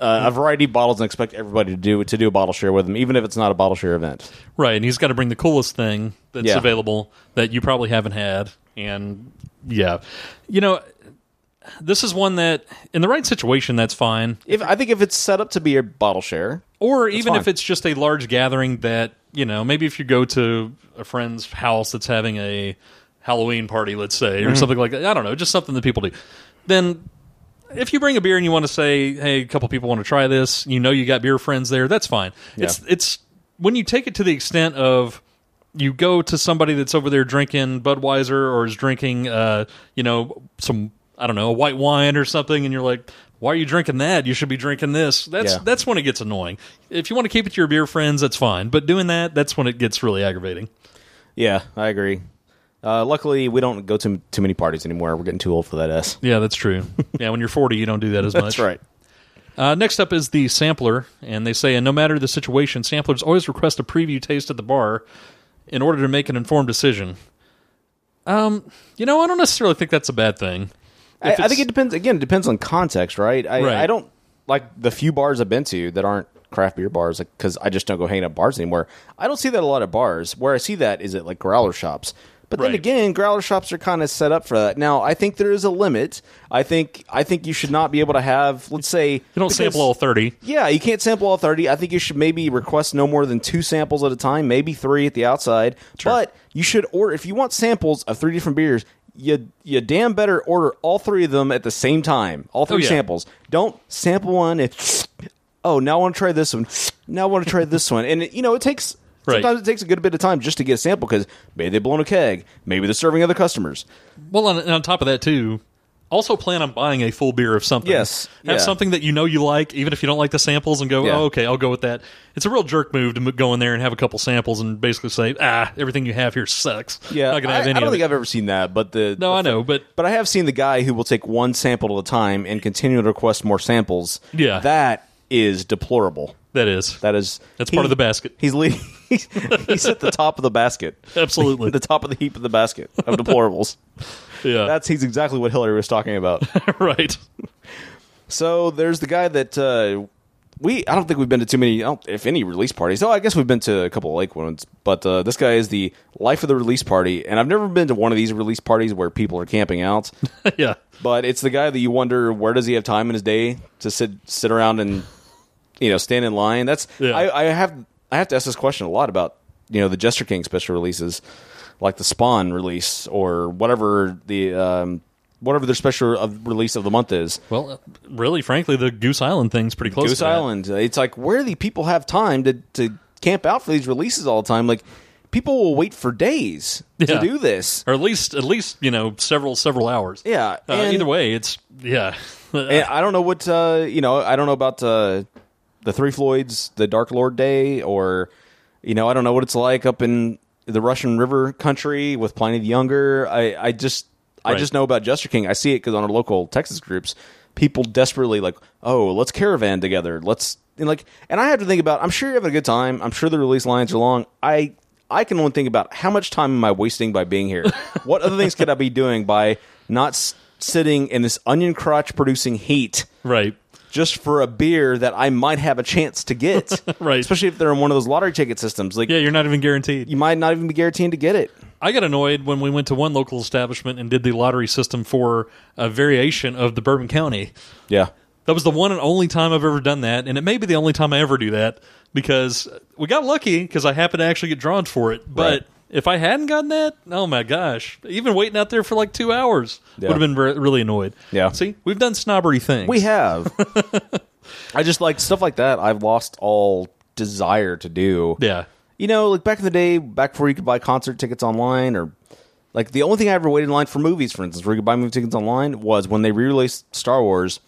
S2: uh, a variety of bottles and expect everybody to do to do a bottle share with him, even if it's not a bottle share event.
S3: Right. And he's got to bring the coolest thing that's
S2: Yeah.
S3: available that you probably haven't had. And yeah, you know, this is one that in the right situation, that's fine.
S2: If I think if it's set up to be a bottle share,
S3: or even
S2: fine.
S3: if it's just a large gathering that you know maybe if you go to a friend's house that's having a halloween party let's say or something like that i don't know just something that people do then if you bring a beer and you want to say hey a couple people want to try this you know you got beer friends there that's fine it's it's when you take it to the extent of you go to somebody that's over there drinking Budweiser or is drinking, uh, you know, some I don't know, a white wine or something, and you're like, "Why are you drinking that? You should be drinking this." That's
S2: Yeah.
S3: that's when it gets annoying. If you want to keep it to your beer friends, that's fine. But doing that, that's when it gets really aggravating.
S2: yeah, I agree. Uh, luckily, we don't go to too many parties anymore. We're getting too old for that. S.
S3: Yeah, that's true. yeah, when you're 40, you don't do that as much.
S2: That's right.
S3: Uh, next up is the sampler, and they say, and no matter the situation, samplers always request a preview taste at the bar in order to make an informed decision. Um, you know, I don't necessarily think that's a bad thing.
S2: I,
S3: If
S2: I think
S3: it's-
S2: it depends. Again, it depends on context, right? I,
S3: Right.
S2: I don't like the few bars I've been to that aren't craft beer bars because I just don't go hanging out at bars anymore. I don't see that a lot at bars. Where I see that is at like growler shops. But then
S3: Right.
S2: again, growler shops are kind of set up for that. Now, I think there is a limit. I think I think you should not be able to have, let's say, you
S3: You don't sample all 30.
S2: Yeah, you can't sample all 30. I think you should maybe request no more than two samples at a time, maybe three at the outside. But you should order, if you want samples of three different beers, you, you damn better order all three of them at the same time, all three
S3: Oh, yeah.
S2: samples. Don't sample one and, oh, now I want to try this one. Now I want to try this one. And, it, you know, it takes.
S3: Right.
S2: Sometimes it takes a good bit of time just to get a sample because maybe they've blown a keg, maybe they're serving other customers.
S3: Well, on, and on top of that, too, also plan on buying a full beer of something.
S2: Yes,
S3: Have
S2: yeah.
S3: something that you know you like, even if you don't like the samples, and go,
S2: Yeah.
S3: oh, okay, I'll go with that. It's a real jerk move to m- go in there and have a couple samples and basically say, ah, everything you have here sucks.
S2: Yeah,
S3: Not going to
S2: I,
S3: have any
S2: I don't
S3: of
S2: think
S3: it.
S2: I've ever seen that, but the
S3: No,
S2: the
S3: I know, but-
S2: but I have seen the guy who will take one sample at a time and continue to request more samples.
S3: Yeah.
S2: that is deplorable.
S3: that is.
S2: That is
S3: That's part of the basket.
S2: He's leading. He's, he's at the top of the basket.
S3: Absolutely.
S2: the top of the heap of the basket of deplorables.
S3: yeah.
S2: That's he's exactly what Hillary was talking about.
S3: right.
S2: So there's the guy that uh, we I don't think we've been to too many, I don't- if any, release parties. Oh, I guess we've been to a couple of Lake ones, but uh, this guy is the life of the release party, and I've never been to one of these release parties where people are camping out.
S3: yeah.
S2: but it's the guy that you wonder where does he have time in his day to sit sit around and you know stand in line. That's
S3: Yeah.
S2: I, I have I have to ask this question a lot about you know the Jester King special releases, like the Spawn release or whatever the um, whatever their special of release of the month is.
S3: Well, uh, really, frankly, the Goose Island thing's pretty close.
S2: Goose
S3: to that.
S2: Island. It's like where do the people have time to to camp out for these releases all the time? Like people will wait for days to
S3: Yeah.
S2: do this.
S3: or at least at least you know several several hours.
S2: Yeah,
S3: Uh,
S2: and-
S3: either way, it's yeah.
S2: And I don't know what uh, you know. I don't know about uh, the Three Floyds, the Dark Lord Day, or you know, I don't know what it's like up in the Russian River country with Pliny the Younger. I, I just I
S3: Right.
S2: just know about Jester King. I see it because on our local Texas groups, people desperately like, oh, let's caravan together. Let's and like, and I have to think about. I'm sure you're having a good time. I'm sure the release lines are long. I. I can only think about how much time am I wasting by being here? what other things could I be doing by not s- sitting in this onion crotch producing heat
S3: right.
S2: just for a beer that I might have a chance to get.
S3: Right.
S2: Especially if they're in one of those lottery ticket systems. Like
S3: Yeah, you're not even guaranteed.
S2: you might not even be guaranteed to get it.
S3: I got annoyed when we went to one local establishment and did the lottery system for a variation of the Bourbon County.
S2: Yeah.
S3: That was the one and only time I've ever done that, and it may be the only time I ever do that because we got lucky because I happened to actually get drawn for it. But
S2: Right.
S3: if I hadn't gotten that, oh my gosh, even waiting out there for like two hours
S2: Yeah.
S3: would have been re- really annoyed.
S2: Yeah.
S3: See, we've done snobbery things.
S2: We have. I just like stuff like that. I've lost all desire to do.
S3: Yeah.
S2: You know, like back in the day, back before you could buy concert tickets online or like the only thing I ever waited in line for movies, for instance, where you could buy movie tickets online was when they re released Star Wars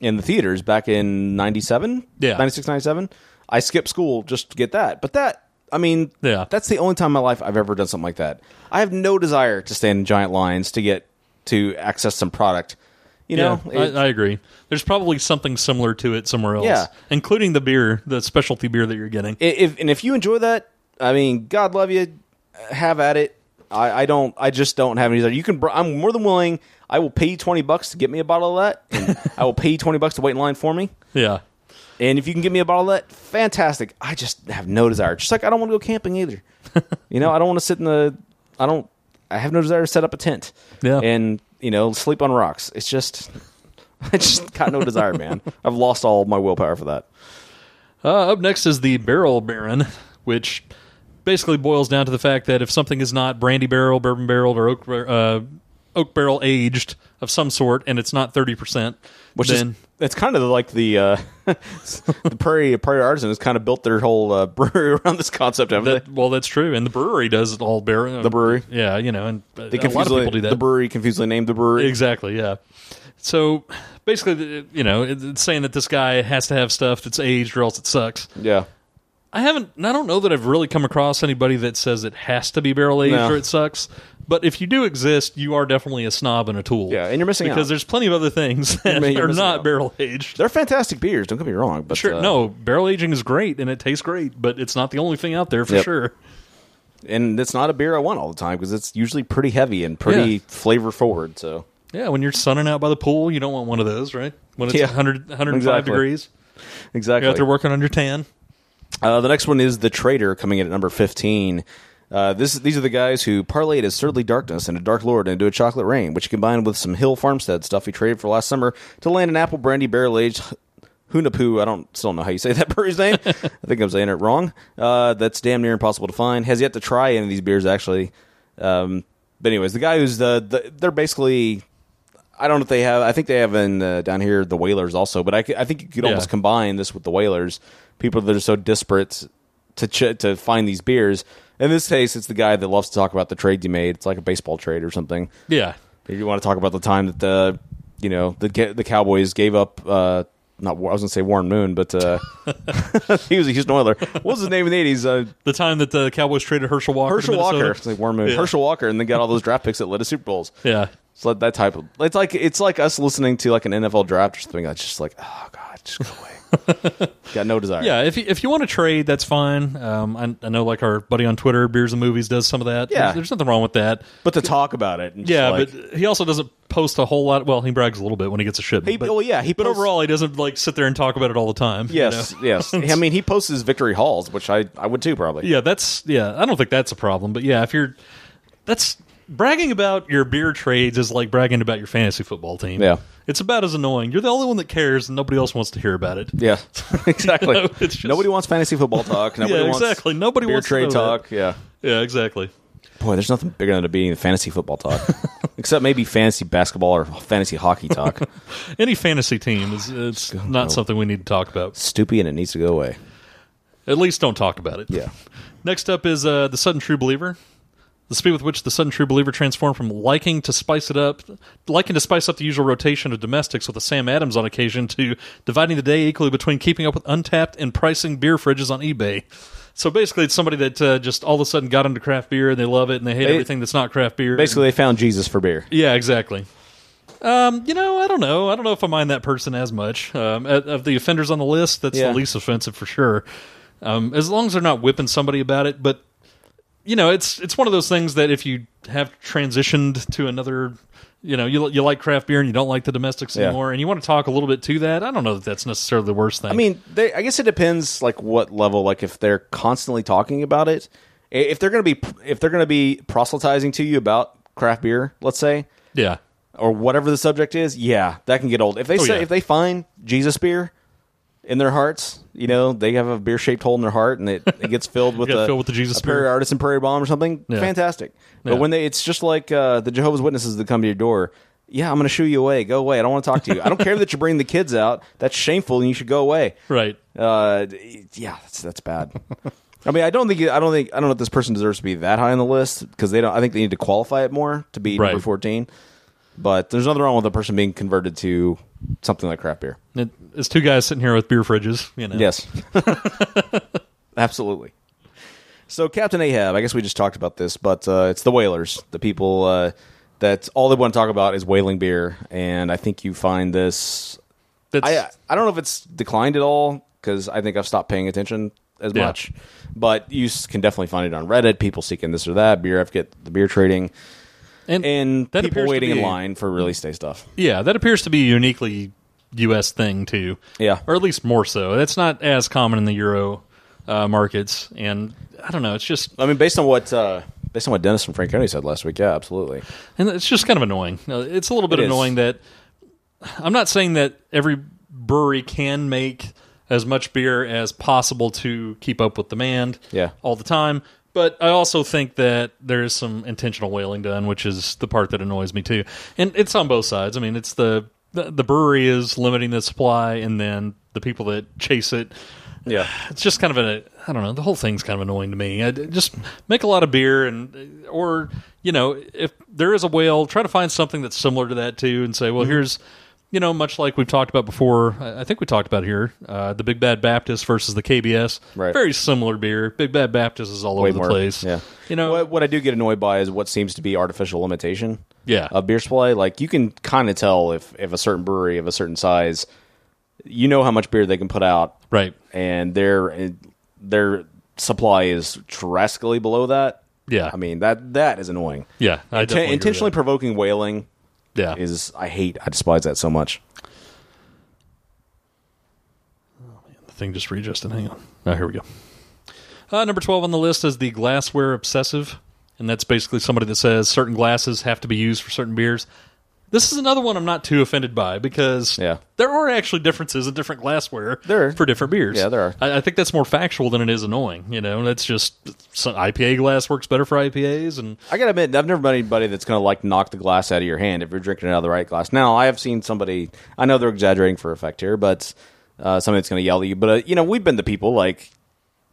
S2: in the theaters back in 97,
S3: Yeah.
S2: 96, 97. I skipped school just to get that. But that, I mean,
S3: Yeah.
S2: that's the only time in my life I've ever done something like that. I have no desire to stand in giant lines to get to access some product. You know,
S3: yeah,
S2: It-
S3: I, I agree. There's probably something similar to it somewhere else.
S2: Yeah.
S3: including the beer, the specialty beer that you're getting.
S2: I- if and if you enjoy that, I mean, God love you. Have at it. I, I don't. I just don't have any desire. You can. br- I'm more than willing. I will pay you twenty bucks to get me a bottle of that. And I will pay you twenty bucks to wait in line for me.
S3: yeah,
S2: And if you can get me a bottle of that, fantastic. I just have no desire. Just like I don't want to go camping either. you know, I don't want to sit in the. I don't. I have no desire to set up a tent.
S3: Yeah.
S2: And you know, sleep on rocks. It's just. I just got no desire, man. I've lost all my willpower for that.
S3: Uh, up next is the Barrel Baron, which basically boils down to the fact that if something is not brandy barrel, bourbon barreled, or oak, bar- uh, oak barrel aged of some sort, and it's not 30%,
S2: which
S3: then
S2: is it's kind of like the uh, the prairie prairie artisan has kind of built their whole uh, brewery around this concept, haven't
S3: that,
S2: they?
S3: well, that's true. And the brewery does it all barrel. The
S2: brewery.
S3: Yeah, you know, and uh,
S2: They
S3: a lot of
S2: confusingly-
S3: people do that.
S2: The brewery confusingly named the brewery.
S3: Exactly. Yeah. So basically, th- you know, it- it's saying that this guy has to have stuff that's aged or else it sucks.
S2: Yeah,
S3: I haven't. I don't know that I've really come across anybody that says it has to be barrel aged
S2: No.
S3: or it sucks. But if you do exist, you are definitely a snob and a tool.
S2: Yeah, and you're missing
S3: because
S2: out.
S3: there's plenty of other things that
S2: mi- you're
S3: are
S2: missing
S3: not
S2: out.
S3: barrel aged.
S2: they're fantastic beers. Don't get me wrong, but
S3: Sure,
S2: uh,
S3: no, barrel aging is great and it tastes great, but it's not the only thing out there for
S2: Yep.
S3: sure.
S2: and it's not a beer I want all the time because it's usually pretty heavy and pretty
S3: Yeah.
S2: flavor forward. So
S3: Yeah, when you're sunning out by the pool, you don't want one of those, right? When it's
S2: Yeah.
S3: 100, 105
S2: Exactly.
S3: degrees, you're out
S2: exactly,
S3: there working on your tan.
S2: Uh, the next one is the Traitor, coming in at number fifteen. Uh, this these are the guys who parlayed his surly darkness into Dark Lord into a chocolate rain, which he combined with some Hill Farmstead stuff he traded for last summer to land an apple brandy barrel aged Hunapoo. I don't still don't know how you say that brewery's name. I think I'm saying it wrong. Uh, that's damn near impossible to find. Has yet to try any of these beers actually. Um, but anyways, the guy who's the, the they're basically I don't know if they have. I think they have in uh, down here the Whalers also, but I, c- I think you could almost
S3: Yeah.
S2: combine this with the Whalers. People that are so desperate to ch- to find these beers. In this case, it's the guy that loves to talk about the trade you made. It's like a baseball trade or something.
S3: Yeah,
S2: If you want to talk about the time that the you know the Ca- the Cowboys gave up. Uh, not Wa- I was gonna say Warren Moon, but uh, he was a Houston Oiler. What was his name in the eighties? Uh,
S3: the time that the Cowboys traded Herschel Walker. to
S2: Herschel
S3: Minnesota.
S2: Walker. It's like Warren Moon.
S3: Yeah.
S2: Herschel Walker, and then got all those draft picks that led to Super Bowls.
S3: Yeah.
S2: It's like that type of it's like it's like us listening to like an NFL draft or something. That's just like, oh god, just go away. Got no desire.
S3: Yeah, if you, if you want to trade, that's fine. Um, I, I know, like our buddy on Twitter, Beers and Movies, does some of that.
S2: Yeah.
S3: there's, there's nothing wrong with that.
S2: But to talk about it, and just
S3: Yeah,
S2: like-
S3: but he also doesn't post a whole lot. Well, he brags a little bit when he gets a shipment.
S2: He-
S3: but,
S2: well, yeah, he
S3: but
S2: posts-
S3: overall, he doesn't like sit there and talk about it all the time. you
S2: yes,
S3: know?
S2: yes. I mean, he posts his victory hauls, which I I would too probably.
S3: yeah, that's yeah. I don't think that's a problem, but yeah, if you're that's bragging about your beer trades is like bragging about your fantasy football team.
S2: Yeah.
S3: it's about as annoying. You're the only one that cares, and nobody else wants to hear about it.
S2: Yeah, exactly.
S3: know, it's just-
S2: Nobody wants fantasy football talk. Nobody
S3: Yeah,
S2: wants
S3: exactly. Nobody
S2: beer
S3: wants to
S2: trade
S3: know that.
S2: talk. Yeah,
S3: Yeah, exactly.
S2: boy, there's nothing bigger than being fantasy football talk, except maybe fantasy basketball or fantasy hockey talk.
S3: Any fantasy team is it's not something we need to talk about.
S2: Stupid, and it needs to go away.
S3: At least don't talk about it.
S2: Yeah,
S3: Next up is uh, the sudden true believer. The speed with which the sudden true believer transformed from liking to spice it up, liking to spice up the usual rotation of domestics with a Sam Adams on occasion, to dividing the day equally between keeping up with untapped and pricing beer fridges on eBay. So basically, it's somebody that uh, just all of a sudden got into craft beer and they love it and they hate
S2: They-
S3: everything that's not craft beer.
S2: basically, they found Jesus for beer.
S3: Yeah, exactly. Um, you know, I don't know. I don't know if I mind that person as much. Um, of of the offenders on the list, that's
S2: Yeah.
S3: the least offensive for sure. Um, as long as they're not whipping somebody about it, but you know, it's it's one of those things that if you have transitioned to another, you know, you you like craft beer and you don't like the domestics
S2: Yeah.
S3: anymore, and you want to talk a little bit to that. I don't know that that's necessarily the worst thing.
S2: I mean, they, I guess it depends, like what level. Like if they're constantly talking about it, I- if they're gonna be if they're gonna be proselytizing to you about craft beer, let's say,
S3: yeah,
S2: or whatever the subject is, yeah, that can get old. If they say
S3: Oh, yeah.
S2: if they find Jesus beer in their hearts, you know, they have a beer shaped hole in their heart and it, it gets filled with
S3: You gotta
S2: a,
S3: fill with the Jesus
S2: a prairie
S3: beer.
S2: artisan prairie bomb or something.
S3: Yeah.
S2: Fantastic.
S3: Yeah.
S2: But when they it's just like uh, the Jehovah's Witnesses that come to your door. Yeah, I'm going to shoo you away. Go away. I don't want to talk to you. I don't care that you bring the kids out. That's shameful, and you should go away.
S3: right.
S2: Uh, d- yeah, that's that's bad. I mean, I don't think I don't think I don't know if this person deserves to be that high on the list because they don't. I think they need to qualify it more to be number
S3: Right.
S2: fourteen. But there's nothing wrong with a person being converted to something like crap beer.
S3: It, it's two guys sitting here with beer fridges. You know,
S2: Yes, absolutely. So Captain Ahab, I guess we just talked about this, but uh, it's the whalers, the people uh, that all they want to talk about is whaling beer, and I think you find this
S3: That's,
S2: I uh, I don't know if it's declined at all because I think I've stopped paying attention as
S3: Yeah.
S2: much. But you s- can definitely find it on Reddit. People seeking this or that beer. I've get the beer trading and
S3: that appears
S2: people
S3: to
S2: waiting in
S3: be-
S2: line for release day stuff.
S3: Yeah, that appears to be a uniquely U.S. thing too.
S2: Yeah.
S3: or at least more so. That's not as common in the Euro uh, markets, and I don't know. It's just
S2: I mean, based on what uh, based on what Dennis from Franconi said last week, yeah, absolutely.
S3: and it's just kind of annoying. Uh, It's a little bit
S2: It is.
S3: annoying that I'm not saying that every brewery can make as much beer as possible to keep up with demand.
S2: Yeah.
S3: all the time. But I also think that there is some intentional whaling done, which is the part that annoys me too. And it's on both sides. I mean, it's the the, the brewery is limiting the supply, and then the people that chase it.
S2: Yeah,
S3: It's just kind of a I don't know. The whole thing's kind of annoying to me. I, just make a lot of beer, and or you know, if there is a whale, try to find something that's similar to that too, and say,
S2: Mm-hmm.
S3: well, here's. You know, much like we've talked about before, I I think we talked about here, uh, the Big Bad Baptist versus the KBS.
S2: Right.
S3: Very similar beer. Big Bad Baptist is all
S2: way
S3: over
S2: more.
S3: the place.
S2: Yeah,
S3: You know,
S2: what, what I do get annoyed by is what seems to be artificial limitation.
S3: Yeah.
S2: of beer supply. Like you can kind of tell if if a certain brewery of a certain size, you know how much beer they can put out,
S3: right.
S2: and their their supply is drastically below that.
S3: Yeah.
S2: I mean that that is annoying.
S3: Yeah. I
S2: Inten-
S3: definitely agree with
S2: intentionally
S3: that.
S2: provoking whaling
S3: Yeah.
S2: is I hate I despise that so much.
S3: the thing just readjusted. Hang on. Oh, here we go. Uh, number 12 on the list is the glassware obsessive. And that's basically somebody that says certain glasses have to be used for certain beers. This is another one I'm not too offended by because
S2: Yeah.
S3: there are actually differences in different glassware
S2: There are.
S3: for different beers.
S2: Yeah, there are.
S3: I, I think that's more factual than it is annoying. You know, that's just some IPA glass works better for IPAs, and
S2: I gotta admit, I've never met anybody that's gonna like knock the glass out of your hand if you're drinking it out of the right glass. Now, I have seen somebody. I know they're exaggerating for effect here, but uh, somebody that's gonna yell at you. But uh, you know, we've been to people like,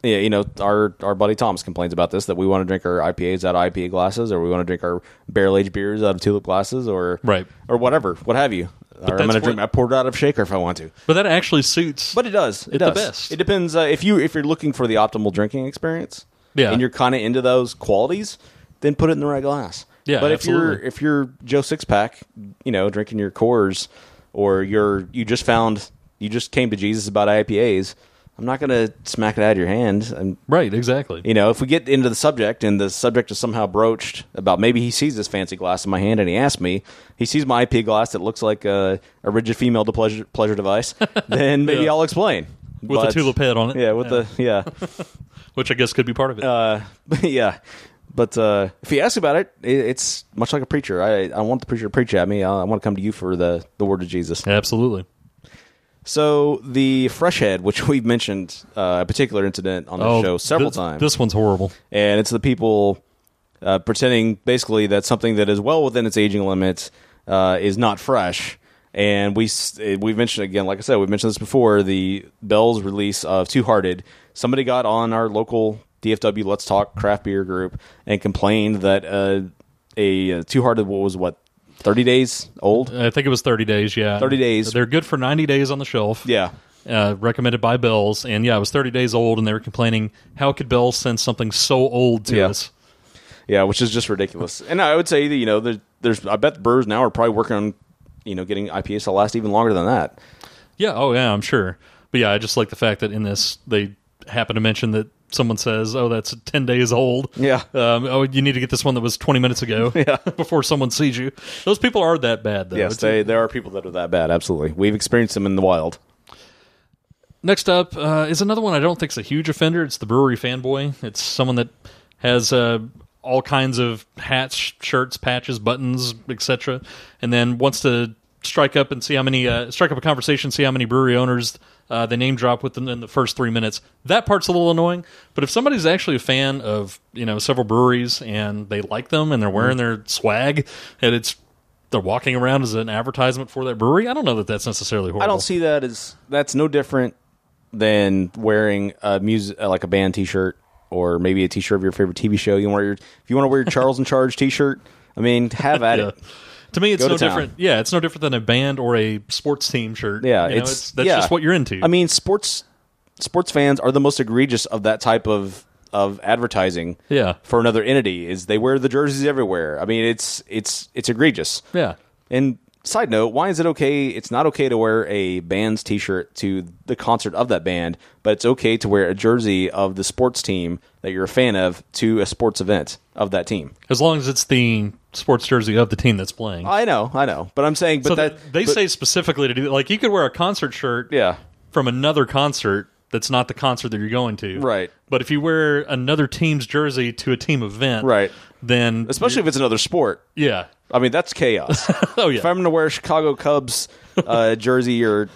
S2: yeah, you know, our our buddy Thomas complains about this that we want to drink our IPAs out of IPA glasses, or we want to drink our barrel aged beers out of tulip glasses, or
S3: Right.
S2: or whatever, what have you. or I'm
S3: that's
S2: gonna drink
S3: what-
S2: my porter out of shaker if I want to.
S3: but that actually suits.
S2: But it does. It
S3: It the
S2: does.
S3: best.
S2: It depends uh, if you if you're looking for the optimal drinking experience.
S3: Yeah.
S2: And you're kind of into those qualities, then put it in the right glass.
S3: Yeah,
S2: but if
S3: absolutely.
S2: you're if you're Joe Sixpack, you know, drinking your cores, or you're you just found you just came to Jesus about IPAs, I'm not gonna smack it out of your hand. I'm,
S3: Right, exactly.
S2: you know, if we get into the subject and the subject is somehow broached about maybe he sees this fancy glass in my hand and he asks me, he sees my IP glass that looks like a, a rigid female to pleasure, pleasure device, then maybe I'll explain.
S3: With a tulip head on it.
S2: Yeah, with the, yeah.
S3: Which I guess could be part of it.
S2: Uh, yeah. But uh, if you ask about it, it, it's much like a preacher. I, I want the preacher to preach at me. I, I want to come to you for the, the word of Jesus.
S3: absolutely.
S2: So the fresh head, which we've mentioned uh, a particular incident on the show several
S3: Oh, this,
S2: times,
S3: This one's horrible.
S2: and it's the people uh, pretending basically that something that is well within its aging limit uh, is not fresh. And we s- eh, we mentioned again, like I said, we mentioned this before the Bell's release of Two Hearted. Somebody got on our local DFW Let's Talk craft beer group and complained that uh, a uh, Two Hearted what was what thirty days old.
S3: I think it was 30 days, yeah.
S2: 30 days.
S3: They're good for 90 days on the shelf.
S2: Yeah,
S3: Uh, recommended by Bell's. And yeah, it was 30 days old, and they were complaining, how could Bell send something so old to
S2: Yeah.
S3: us?
S2: Yeah, which is just ridiculous. and I would say that you know there, there's I bet the brewers now are probably working on you know getting IPAs to last even longer than that.
S3: Yeah, oh yeah, I'm sure. But yeah, I just like the fact that in this they happen to mention that someone says, "Oh, that's 10 days old."
S2: Yeah.
S3: Um, oh, you need to get this one that was 20 minutes ago before someone sees you. Those people are that bad though.
S2: Yes,
S3: It's-
S2: they, there are people that are that bad. Absolutely, we've experienced them in the wild.
S3: Next up uh, is another one I don't think's a huge offender. It's the brewery fanboy. It's someone that has uh, all kinds of hats, shirts, patches, buttons, etc., and then wants to strike up and see how many uh, strike up a conversation, see how many brewery owners uh, they name drop within in the first three minutes. That part's a little annoying. But if somebody's actually a fan of you know several breweries and they like them and they're
S2: Mm.
S3: wearing their swag and it's they're walking around as an advertisement for that brewery, I don't know that that's necessarily horrible.
S2: I don't see that as that's no different than wearing a music uh, like a band T-shirt or maybe a T-shirt of your favorite TV show. You want your if you want to wear your Charles in Charge T-shirt. I mean, have at
S3: Yeah.
S2: it.
S3: To me, it's
S2: Go to
S3: no
S2: town.
S3: different. Yeah, it's no different than a band or a sports team shirt.
S2: Yeah,
S3: You know,
S2: it's,
S3: that's
S2: yeah.
S3: just what you're into.
S2: I mean, sports sports fans are the most egregious of that type of of advertising.
S3: Yeah.
S2: for another entity is they wear the jerseys everywhere. I mean, it's it's it's egregious.
S3: yeah,
S2: And side note, why is it okay? It's not okay to wear a band's T-shirt to the concert of that band, but it's okay to wear a jersey of the sports team that you're a fan of to a sports event of that team.
S3: as long as it's the sports jersey of the team that's playing.
S2: I know, I know, but I'm saying, but
S3: so
S2: that
S3: they
S2: but-
S3: say specifically to do like you could wear a concert shirt.
S2: yeah,
S3: from another concert that's not the concert that you're going to.
S2: Right.
S3: But if you wear another team's jersey to a team event,
S2: Right.
S3: Then
S2: especially if it's another sport.
S3: yeah.
S2: I mean, that's chaos.
S3: Oh yeah.
S2: If I'm going to wear a Chicago Cubs uh, jersey or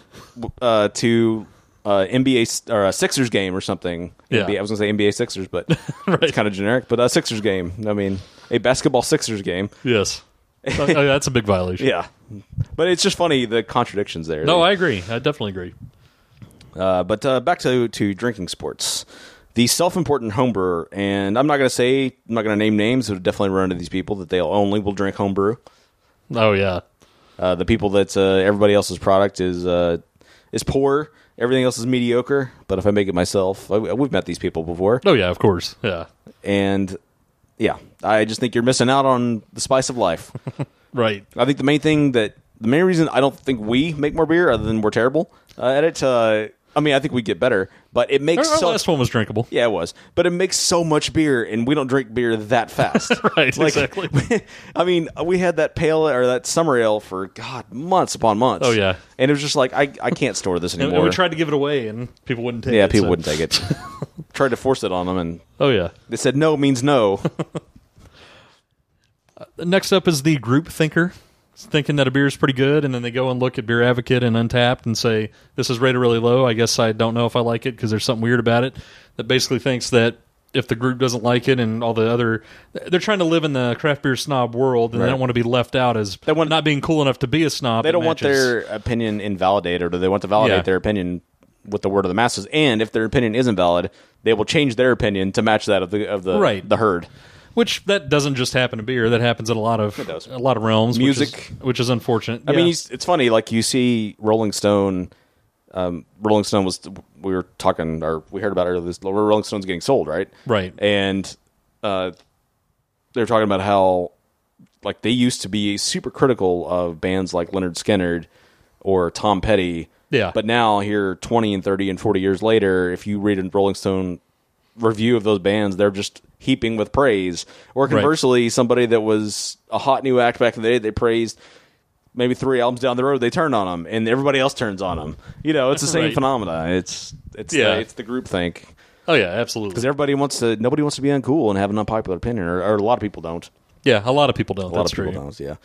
S2: uh, to uh, NBA s- or a Sixers game or something,
S3: Yeah.
S2: NBA I was going to say NBA Sixers, but it's kind of generic. But a Sixers game, I mean, a basketball Sixers game,
S3: yes. Oh, oh, that's a big violation.
S2: yeah. But it's just funny the contradictions there.
S3: No, I agree. I definitely agree.
S2: Uh, but uh, back to, to drinking sports. The self-important homebrewer, and I'm not going to say, I'm not going to name names, but definitely run into these people that they only will drink homebrew.
S3: Oh yeah.
S2: Uh, the people that uh, everybody else's product is uh, is poor. Everything else is mediocre. But if I make it myself, I, we've met these people before,
S3: Oh yeah. Of course. Yeah.
S2: and yeah, I just think you're missing out on the spice of life.
S3: Right.
S2: I think the main thing that the main reason I don't think we make more beer, other than we're terrible uh, at it. Uh, I mean, I think we get better, but it
S3: Our,
S2: makes
S3: our
S2: so-
S3: last one was drinkable.
S2: yeah, it was, but it makes so much beer, and we don't drink beer that fast.
S3: Right, exactly.
S2: I mean, we had that pale or that summer ale for God months upon months.
S3: Oh, yeah.
S2: and it was just like I, I can't store this
S3: And,
S2: anymore.
S3: and we tried to give it away, and people wouldn't take it.
S2: yeah, people
S3: so-
S2: wouldn't take it. tried to force it on them, and
S3: Oh yeah.
S2: they said no means no.
S3: Next up is the group thinker, thinking that a beer is pretty good, and then they go and look at Beer Advocate and Untapped and say, "This is rated really low. I guess I don't know if I like it because there's something weird about it." That basically thinks that if the group doesn't like it and all the other, they're trying to live in the craft beer snob world, and they don't want to be left out as they
S2: want-
S3: not being cool enough to be a snob.
S2: they
S3: that
S2: don't want
S3: matches-
S2: their opinion invalidated, or they want to validate
S3: Yeah.
S2: their opinion with the word of the masses. And if their opinion isn't valid, they will change their opinion to match that of the of the
S3: Right.
S2: the herd.
S3: Which that doesn't just happen to beer. That happens in a lot of
S2: does.
S3: a lot of realms. which is-
S2: Music.
S3: which is, unfortunate.
S2: I
S3: Yeah.
S2: mean, you, s- it's funny. Like you see Rolling Stone. Um, Rolling Stone was we were talking or we heard about earlier this. Rolling Stone's getting sold, right?
S3: Right.
S2: And uh, they were talking about how like they used to be super critical of bands like Leonard Skinnard or Tom Petty.
S3: Yeah.
S2: But now here 20 and 30 and 40 years later, if you read a Rolling Stone review of those bands, they're just heaping with praise. Or conversely, somebody that was a hot new act back in the day, they praised maybe three albums down the road, they turn on them and everybody else turns on them. You know, it's the same
S3: Right.
S2: phenomena. It's it's
S3: Yeah.
S2: the, it's the group think
S3: Oh yeah, absolutely.
S2: because everybody wants to nobody wants to be uncool and have an unpopular opinion or, or a lot of people don't
S3: yeah, a lot of people don't.
S2: a lot
S3: That's
S2: of people
S3: true.
S2: don't yeah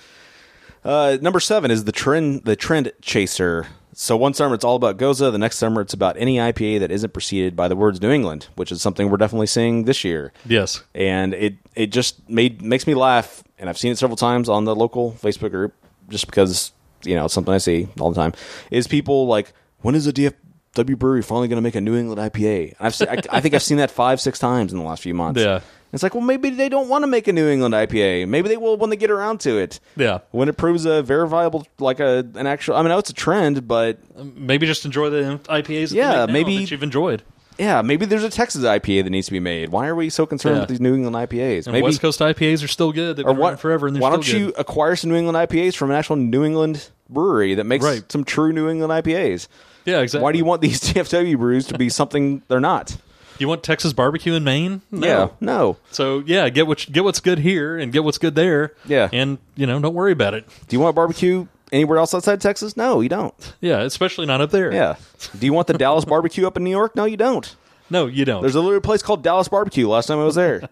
S2: uh, number seven is the trend the trend chaser so one summer it's all about goza the next summer it's about any ipa that isn't preceded by the words new england which is something we're definitely seeing this year
S3: Yes.
S2: and it it just made makes me laugh and i've seen it several times on the local facebook group just because you know it's something i see all the time is people like when is the dfw brewery finally going to make a new england ipa And i've se- I, I think i've seen that five six times in the last few months
S3: Yeah.
S2: it's like well maybe they don't want to make a new england ipa maybe they will when they get around to it
S3: Yeah.
S2: when it proves a verifiable like a an actual i mean I know it's a trend but
S3: Um, Maybe just enjoy the IPAs. that they
S2: Yeah,
S3: make now
S2: maybe-
S3: that you've enjoyed.
S2: yeah maybe there's a texas ipa that needs to be made why are we so concerned
S3: Yeah.
S2: with these new england ipas
S3: And
S2: maybe
S3: West Coast IPAs are still good. They've
S2: or
S3: been
S2: what
S3: around forever, and they're
S2: why don't
S3: still
S2: you
S3: good.
S2: acquire some New England IPAs from an actual New England brewery that makes
S3: Right.
S2: some true New England IPAs?
S3: Yeah, exactly.
S2: Why do you want these TFW brews to be something they're not?
S3: You want Texas barbecue in Maine? No.
S2: Yeah, no.
S3: So yeah, get what get what's good here and get what's good there.
S2: Yeah.
S3: And you know, don't worry about it.
S2: Do you want barbecue anywhere else outside Texas? No, you don't.
S3: Yeah, especially not up there.
S2: Yeah. Do you want the Dallas barbecue up in New York? No, you don't.
S3: No, you don't.
S2: There's a little place called Dallas Barbecue. Last time I was there,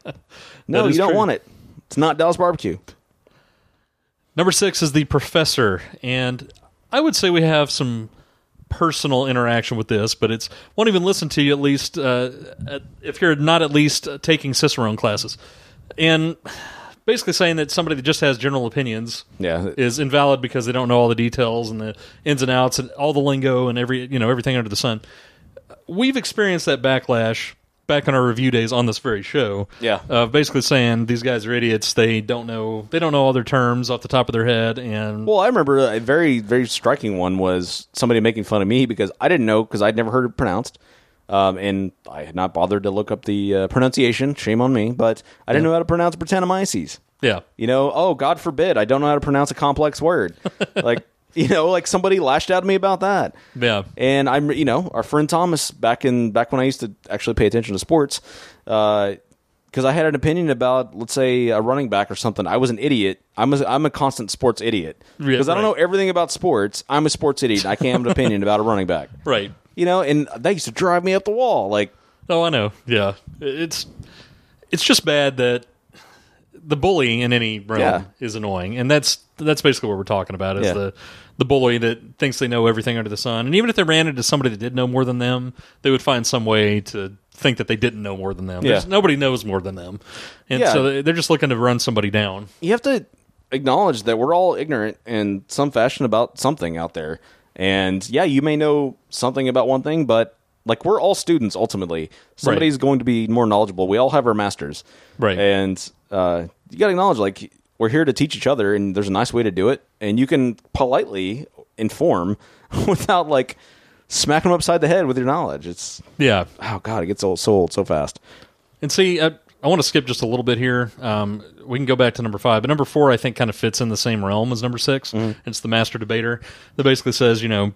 S2: no,
S3: That
S2: you
S3: is
S2: don't
S3: true.
S2: want it. It's not Dallas Barbecue.
S3: Number six is the professor, and I would say we have some personal interaction with this, but it's won't even listen to you at least uh, at, if you're not at least uh, taking Cicerone classes, and basically saying that somebody that just has general opinions
S2: Yeah.
S3: is invalid because they don't know all the details and the ins and outs and all the lingo and every you know everything under the sun. We've experienced that backlash back on our review days on this very show. Uh,
S2: Yeah.
S3: of basically saying these guys are idiots. They don't know they don't know all their terms off the top of their head. And
S2: Well, I remember a very, very striking one was somebody making fun of me because I didn't know because I'd never heard it pronounced, um, and I had not bothered to look up the uh, pronunciation. Shame on me, but I didn't know how to pronounce Britannomyces.
S3: yeah,
S2: You know, oh God forbid, I don't know how to pronounce a complex word. like you know, like somebody lashed out at me about that.
S3: Yeah.
S2: And I'm you know, our friend Thomas back in back when I used to actually pay attention to sports, because I had an opinion about let's say a running back or something. I was an idiot. I'm a, I'm a constant sports idiot
S3: Yeah,
S2: because I don't
S3: right.
S2: know everything about sports. I'm a sports idiot. I can't have an opinion about a running back.
S3: right.
S2: You know, and that used to drive me up the wall. Like
S3: Oh, I know. Yeah, it's it's just bad that the bully in any realm
S2: Yeah.
S3: is annoying, and that's that's basically what we're talking about is
S2: Yeah.
S3: the the bully that thinks they know everything under the sun, and even if they ran into somebody that did know more than them, they would find some way to think that they didn't know more than them.
S2: Yeah.
S3: There's, nobody knows more than them, and
S2: Yeah.
S3: so they- they're just looking to run somebody down.
S2: you have to acknowledge that we're all ignorant in some fashion about something out there. And yeah, you may know something about one thing, but like we're all students ultimately. Somebody's going to be more knowledgeable. We all have our masters.
S3: Right.
S2: And uh, you got to acknowledge like we're here to teach each other and there's a nice way to do it and you can politely inform without like smacking them upside the head with your knowledge. It's
S3: Yeah,
S2: oh god, it gets old, so old so fast.
S3: And see, I, I want to skip just a little bit here. Um, we can go back to number five, but number four I think kind of fits in the same realm as number 6 It's the master debater that basically says, you know,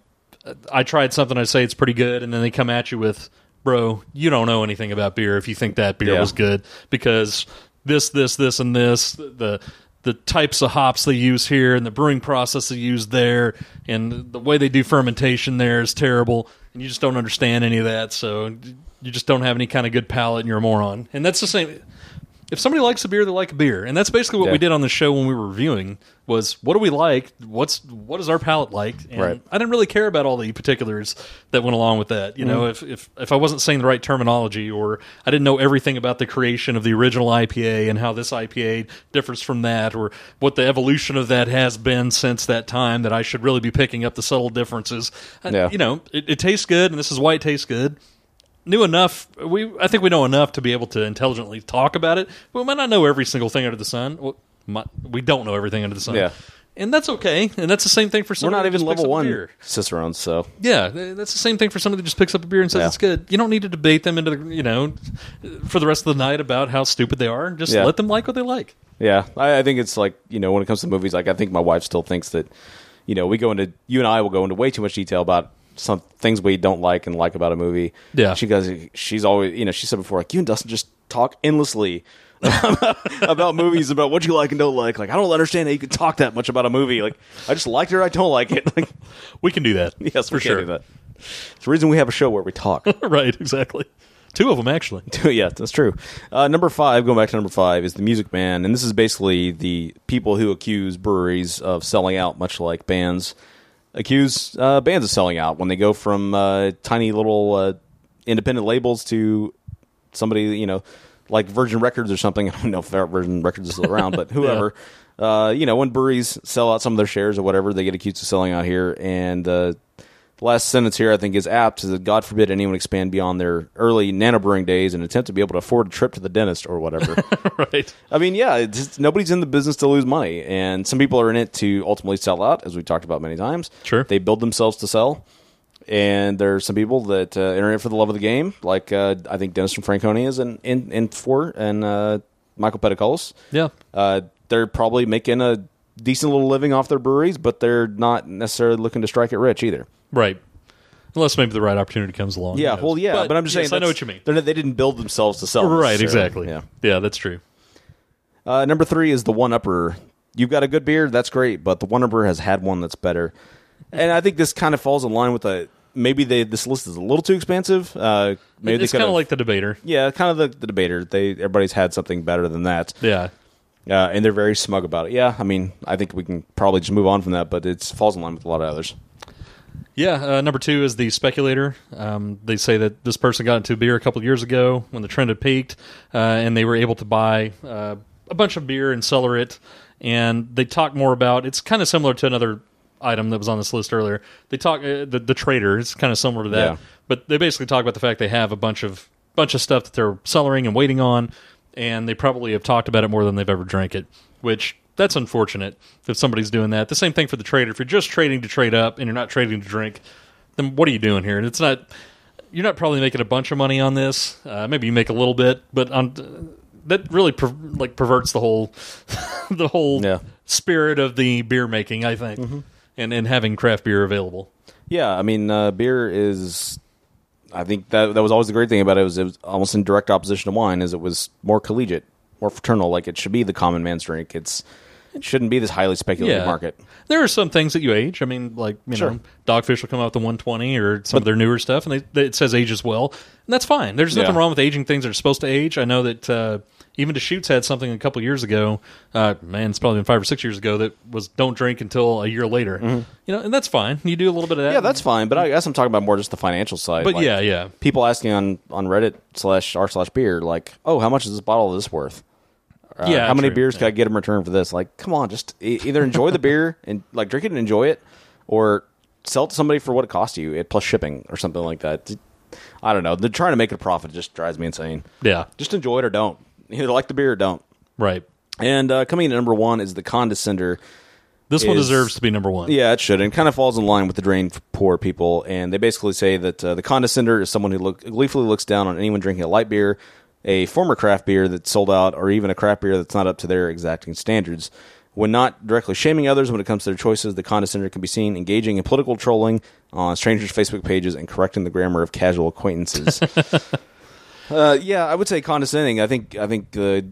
S3: I tried something, I say it's pretty good, and then they come at you with, bro, you don't know anything about beer if you think that beer
S2: Yeah.
S3: was good because this, this, this, and this the the types of hops they use here and the brewing process they use there and the way they do fermentation there is terrible and you just don't understand any of that so you just don't have any kind of good palate and you're a moron and that's the same if somebody likes a beer they like a beer and that's basically what
S2: Yeah.
S3: we did on the show when we were reviewing was what do we like what's what is our palate like and
S2: Right.
S3: I didn't really care about all the particulars that went along with that. You
S2: Mm.
S3: know, if, if if I wasn't saying the right terminology or I didn't know everything about the creation of the original IPA and how this IPA differs from that or what the evolution of that has been since that time that I should really be picking up the subtle differences. I-
S2: Yeah.
S3: you know, it, it tastes good and this is why it tastes good. Knew enough. We I think we know enough to be able to intelligently talk about it. We might not know every single thing under the sun. Well, mi- we don't know everything under the sun.
S2: Yeah.
S3: and that's okay. And that's the same thing for
S2: We're
S3: somebody.
S2: not
S3: who
S2: even
S3: just picks
S2: level
S3: up a
S2: one
S3: beer.
S2: cicerones, so
S3: Yeah, th- that's the same thing for somebody that just picks up a beer and says
S2: Yeah.
S3: it's good. You don't need to debate them into the you know for the rest of the night about how stupid they are. Just
S2: Yeah.
S3: let them like what they like.
S2: Yeah, I, I think it's like you know when it comes to movies, like I think my wife still thinks that you know we go into you and I will go into way too much detail about some things we don't like and like about a movie.
S3: Yeah.
S2: she goes, she's always you know she said before like you and Dustin just talk endlessly. about movies, about what you like and don't like. Like I don't understand how you can talk that much about a movie. Like I just liked it, or I don't like it. Like
S3: We can do that.
S2: yes,
S3: for
S2: we
S3: sure.
S2: Can do that. It's the reason we have a show where we talk.
S3: right, exactly. Two of them actually.
S2: yeah, that's true. Uh, number five, going back to number five, is the Music Man, and this is basically the people who accuse breweries of selling out, much like bands accuse uh, bands of selling out when they go from uh, tiny little uh, independent labels to somebody you know like Virgin Records or something. I don't know if Virgin Records is still around, but whoever. Uh, you know, when breweries sell out some of their shares or whatever, they get accused of selling out here. And uh, the last sentence here, I think, is apt: is that God forbid anyone expand beyond their early nanobrewing days and attempt to be able to afford a trip to the dentist or whatever.
S3: Right.
S2: I mean, yeah, it's just, nobody's in the business to lose money, and some people are in it to ultimately sell out, as we talked about many times.
S3: Sure.
S2: they build themselves to sell, and there are some people that uh, are in it for the love of the game, like uh, I think Dennis from Franconi is in in, in for, and uh, Michael Petticolis.
S3: Yeah.
S2: uh, they're probably making a decent little living off their breweries, but they're not necessarily looking to strike it rich either.
S3: Right. Unless maybe the right opportunity comes along.
S2: Yeah,
S3: who knows?
S2: well, yeah, but, I'm just
S3: yes,
S2: saying
S3: I know
S2: that's-
S3: what you mean.
S2: they're not- They didn't build themselves to sell,
S3: Right,
S2: necessarily.
S3: exactly.
S2: Yeah.
S3: yeah, that's true.
S2: Uh, number three is the one upper. You've got a good beer, that's great, but the one upper has had one that's better. And I think this kind of falls in line with a maybe they this list is a little too expansive. Uh, maybe
S3: it's
S2: they
S3: kind
S2: could
S3: of like the debater.
S2: yeah, kind of the, the debater. They everybody's had something better than that,
S3: Yeah.
S2: uh, and they're very smug about it. Yeah, I mean, I think we can probably just move on from that, but it falls in line with a lot of others.
S3: Yeah, uh, number two is the speculator. Um, they say that this person got into beer a couple of years ago when the trend had peaked, uh, and they were able to buy uh, a bunch of beer and cellar it. And they talk more about it's kind of similar to another item that was on this list earlier. They talk uh, the the trader. It's kind of similar to that,
S2: Yeah.
S3: but they basically talk about the fact they have a bunch of bunch of stuff that they're cellaring and waiting on, and they probably have talked about it more than they've ever drank it, which that's unfortunate if somebody's doing that. The same thing for the trader. If you're just trading to trade up and you're not trading to drink, then what are you doing here? And it's not you're not probably making a bunch of money on this. Uh, maybe you make a little bit, but on that really per, like perverts the whole the whole
S2: Yeah.
S3: spirit of the beer making. I think, and and having craft beer available.
S2: Yeah, I mean, uh, beer is. I think that that was always the great thing about it was it was almost in direct opposition to wine, is it was more collegiate, more fraternal. Like it should be the common man's drink. It's it shouldn't be this highly speculative market.
S3: There are some things that you age. I mean, like you
S2: Sure.
S3: know, Dogfish will come out with the 120 or some of their newer stuff, and they, they, it says age as well, and that's fine. There's nothing
S2: Yeah.
S3: wrong with aging things that are supposed to age. I know that uh, even Deschutes had something a couple years ago. Uh, man, it's probably been five or six years ago that was don't drink until a year later. You know, and that's fine. You do a little bit of that.
S2: Mm-hmm. Yeah, that's fine. But I guess I'm talking about more just the financial side.
S3: But
S2: like,
S3: yeah, yeah.
S2: people asking on on Reddit slash r slash beer like, oh, how much is this bottle of this worth? Uh,
S3: Yeah,
S2: how many
S3: true.
S2: beers
S3: Yeah.
S2: can I get in return for this? Like, come on, just e- either enjoy the beer and like drink it and enjoy it, or sell it to somebody for what it costs you, it plus shipping or something like that. I don't know. They're trying to make it a profit. It just drives me insane.
S3: Yeah.
S2: Just enjoy it or don't. Either like the beer or don't.
S3: Right.
S2: And uh, coming in at number one is the condescender.
S3: This one
S2: Is-
S3: deserves to be number one.
S2: Yeah, it should, and kind of falls in line with the drain for poor people. And they basically say that uh, the condescender is someone who look, gleefully looks down on anyone drinking a light beer, a former craft beer that's sold out, or even a craft beer that's not up to their exacting standards. When not directly shaming others when it comes to their choices, the condescender can be seen engaging in political trolling on strangers' Facebook pages and correcting the grammar of casual acquaintances. Uh, yeah, I would say condescending. I think I think the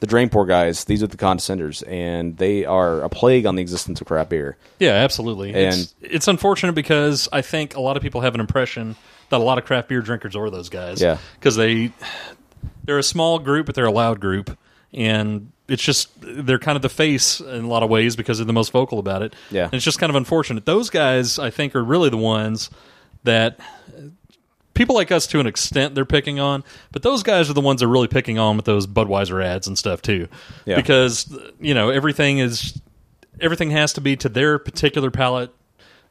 S2: the drain poor guys. These are the condescenders, and they are a plague on the existence of craft beer.
S3: Yeah, absolutely. it's, it's unfortunate because I think a lot of people have an impression that a lot of craft beer drinkers are those guys.
S2: Yeah.
S3: because they they're a small group, but they're a loud group, and it's just they're kind of the face in a lot of ways because they're the most vocal about it.
S2: Yeah.
S3: and it's just kind of unfortunate. Those guys, I think, are really the ones that people like us to an extent they're picking on, but those guys are the ones they're really picking on with those Budweiser ads and stuff too.
S2: Yeah.
S3: Because you know, everything is everything has to be to their particular palate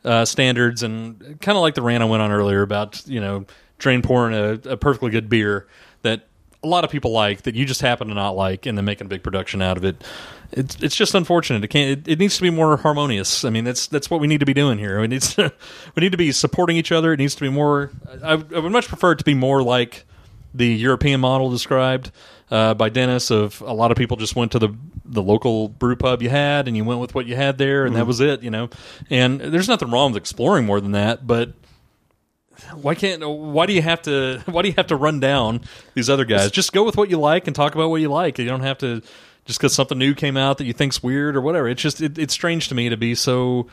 S3: uh, standards and kind of like the rant I went on earlier about, you know, drain pouring a, a perfectly good beer that a lot of people like that you just happen to not like, and then making a big production out of it. It's it's just unfortunate. It can't. It, it needs to be more harmonious. I mean, that's that's what we need to be doing here. We need to we need to be supporting each other. It needs to be more. I, I would much prefer it to be more like the European model described uh, by Dennis of a lot of people just went to the the local brew pub you had and you went with what you had there and that was it, you know. And there's nothing wrong with exploring more than that, but why can't why do you have to why do you have to run down these other guys? Just go with what you like and talk about what you like. You don't have to just because something new came out that you think's weird or whatever. It's just it, it's strange to me to be so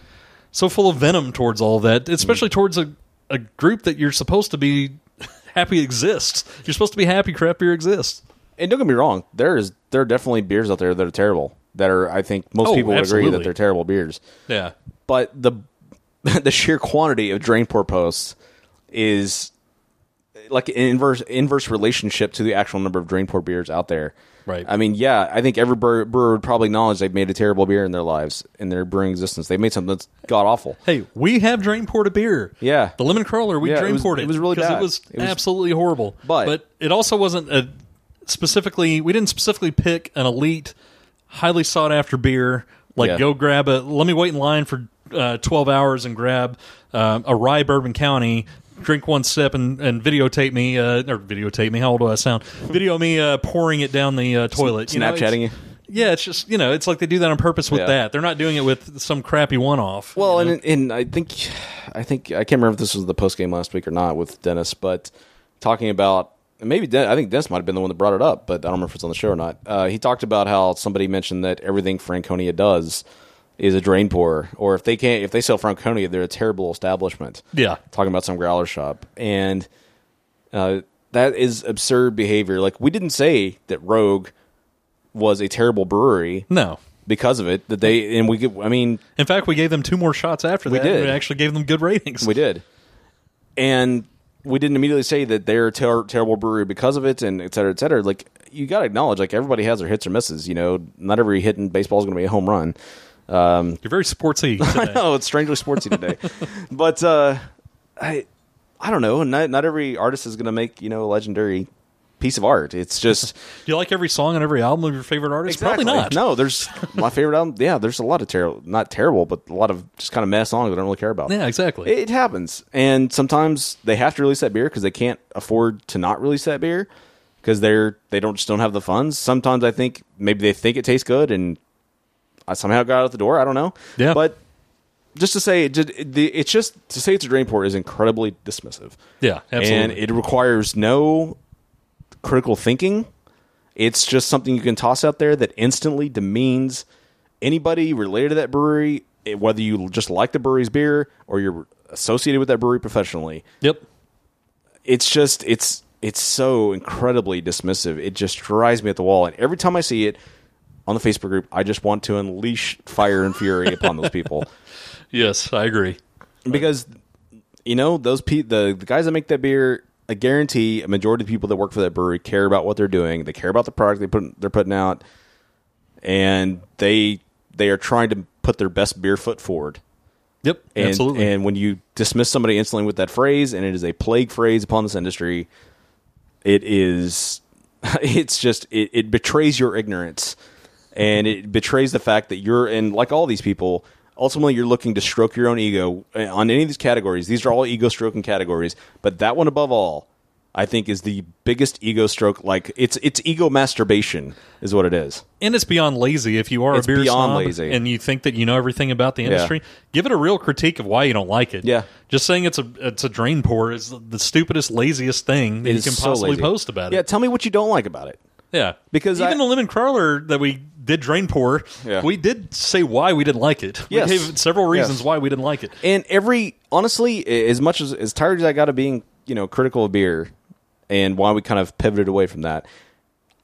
S3: so full of venom towards all that, especially towards a, a group that you're supposed to be happy exists. You're supposed to be happy craft beer exists.
S2: And don't get me wrong, there is there are definitely beers out there that are terrible. That are I think most
S3: Oh,
S2: people would agree
S3: absolutely.
S2: that they're terrible beers.
S3: Yeah.
S2: But the the sheer quantity of drain pour posts is like an inverse inverse relationship to the actual number of drain pour beers out there.
S3: Right.
S2: I mean, yeah, I think every brewer, brewer would probably acknowledge they've made a terrible beer in their lives in their brewing existence. They made something that's god awful.
S3: Hey, we have drain poured a beer.
S2: Yeah.
S3: The lemon crawler, we
S2: Yeah, it
S3: drain
S2: was-
S3: poured it.
S2: it was really
S3: 'cause
S2: bad.
S3: It was,
S2: It was-
S3: absolutely horrible.
S2: But-
S3: it also wasn't a specifically we didn't specifically pick an elite, highly sought after beer. Like
S2: Yeah.
S3: go grab a let me wait in line for uh, twelve hours and grab um, a rye bourbon county. Drink one sip and, and videotape me, uh, or videotape me. How old do I sound? Video me uh, pouring it down the uh, toilet. You know, it's-
S2: Snapchatting you.
S3: Yeah, it's just you know, it's like they do that on purpose with
S2: Yeah.
S3: that. They're not doing it with some crappy one off.
S2: Well, and and I think I think I can't remember if this was the post game last week or not with Dennis, but talking about and maybe Den- I think Dennis might have been the one that brought it up, but I don't remember if it's on the show or not. Uh, he talked about how somebody mentioned that everything Franconia does is a drain pour, or if they can't if they sell Franconia, they're a terrible establishment.
S3: Yeah.
S2: talking about some growler shop and. Uh, that is absurd behavior. Like we didn't say that Rogue was a terrible brewery
S3: no,
S2: because of it. That they and we. could- I mean,
S3: In fact, we gave them two more shots after that.
S2: did.
S3: We actually gave them good ratings.
S2: We did, and we didn't immediately say that they're a ter- terrible brewery because of it, and et cetera, et cetera. Like you got to acknowledge, like everybody has their hits or misses. You know, not every hit in baseball is going to be a home run.
S3: You're very sportsy.
S2: I know it's strangely sportsy today, but uh, I, I don't know. Not not every artist is going to make you know a legendary piece of art. It's just
S3: Do you like every song on every album of your favorite artist? Probably not.
S2: Exactly. No, there's my favorite album. Yeah, there's a lot of terrible, not terrible, but a lot of just kind of mess songs that I don't really care about.
S3: Yeah, exactly.
S2: It, it happens, and sometimes they have to release that beer because they can't afford to not release that beer because they're they don't just don't have the funds. Sometimes I think maybe they think it tastes good, and I somehow got out the door. I don't know.
S3: Yeah.
S2: but just to say, it did- it- the- it's just to say it's a drain port is incredibly dismissive,
S3: Yeah,
S2: and
S3: absolutely.
S2: it requires no critical thinking. It's just something you can toss out there that instantly demeans anybody related to that brewery, eh, whether you just like the brewery's beer or you're associated with that brewery professionally.
S3: yep.
S2: It's just it's it's so incredibly dismissive. It just drives me at the wall, and every time I see it on the Facebook group, I just want to unleash fire and fury upon those people
S3: Yes, I agree.
S2: because you know those pe- the the guys that make that beer. I guarantee a majority of the people that work for that brewery care about what they're doing. They care about the product they put they're putting out, and they they are trying to put their best beer foot forward.
S3: Yep,
S2: And,
S3: absolutely.
S2: And when you dismiss somebody instantly with that phrase, and it is a plague phrase upon this industry, it is, it's just, it, it betrays your ignorance. And it betrays the fact that you're, and like all these people, ultimately you're looking to stroke your own ego uh, on any of these categories. These are all ego stroking categories. But that one above all, I think is the biggest ego stroke. Like it's it's ego masturbation is what it is.
S3: and it's beyond lazy if you are
S2: It's
S3: a beer
S2: beyond
S3: snob
S2: lazy.
S3: and you think that you know everything about the industry give it a real critique of why you don't like it
S2: Yeah.
S3: just saying it's a it's a drain pour is the stupidest laziest thing that
S2: It
S3: you
S2: is
S3: can
S2: so
S3: possibly
S2: lazy.
S3: post about
S2: Yeah,
S3: it
S2: tell me what you don't like about it.
S3: yeah
S2: because
S3: even
S2: I-
S3: the lemon crawler that we did drain pour
S2: Yeah.
S3: we did say why we didn't like it
S2: Yes.
S3: we gave several reasons
S2: Yes.
S3: why we didn't like it
S2: And every honestly, a- as much as as tired as I got of being, you know, critical of beer and why we kind of pivoted away from that,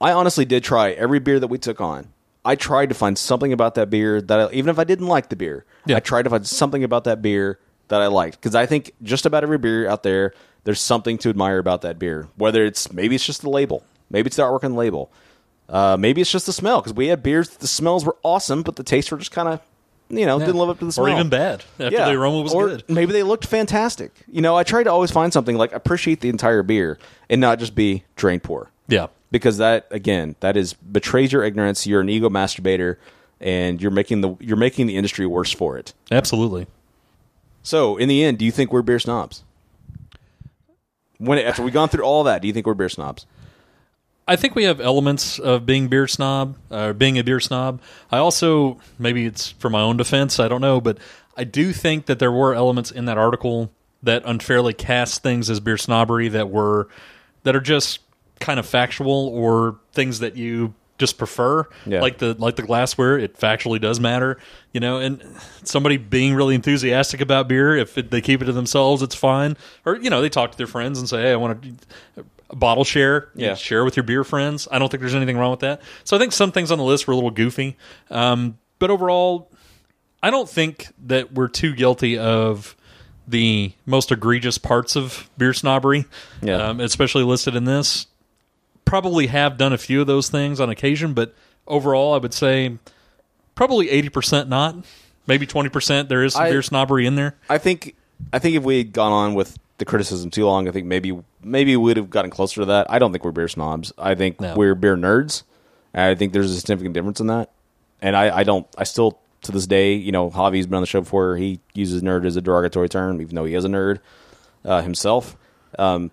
S2: I honestly did try every beer that we took on. I tried to find something about that beer that I, even if I didn't like the beer,
S3: Yeah.
S2: I tried to find something about that beer that I liked because I think just about every beer out there, there's something to admire about that beer. Whether it's maybe it's just the label, maybe it's the artwork on the label, uh, maybe it's just the smell because we had beers that the smells were awesome, but the tastes were just kind of, you know, didn't live up to the smell
S3: or even bad after the aroma was
S2: or
S3: good.
S2: Maybe they looked fantastic. You know, I try to always find something like appreciate the entire beer and not just be drain poor.
S3: Yeah.
S2: because that again that is betrays your ignorance you're an ego masturbator and you're making the you're making the industry worse for it
S3: Absolutely.
S2: so in the end do you think we're beer snobs when after we've gone through all that do you think we're beer snobs
S3: I think we have elements of being beer snob, uh, being a beer snob. I also maybe it's for my own defense, I don't know, but I do think that there were elements in that article that unfairly cast things as beer snobbery that were that are just kind of factual or things that you just prefer,
S2: Yeah.
S3: like the like the glassware. It factually does matter, you know. And somebody being really enthusiastic about beer, if it, they keep it to themselves, it's fine. Or you know, they talk to their friends and say, "Hey, I want to." Bottle share, You
S2: Yeah.
S3: share share with your beer friends. I don't think there's anything wrong with that. So I think some things on the list were a little goofy. Um, but overall, I don't think that we're too guilty of the most egregious parts of beer snobbery,
S2: Yeah.
S3: um, especially listed in this. Probably have done a few of those things on occasion, but overall, I would say probably 80% not. Maybe 20% there is some
S2: I-
S3: beer snobbery in there.
S2: i think i think if we had gone on with the criticism too long i think maybe maybe we'd have gotten closer to that i don't think we're beer snobs i think
S3: No.
S2: we're beer nerds and i think there's a significant difference in that and i i don't i still to this day you know javi's been on the show before he uses nerd as a derogatory term even though he is a nerd uh, himself. Um,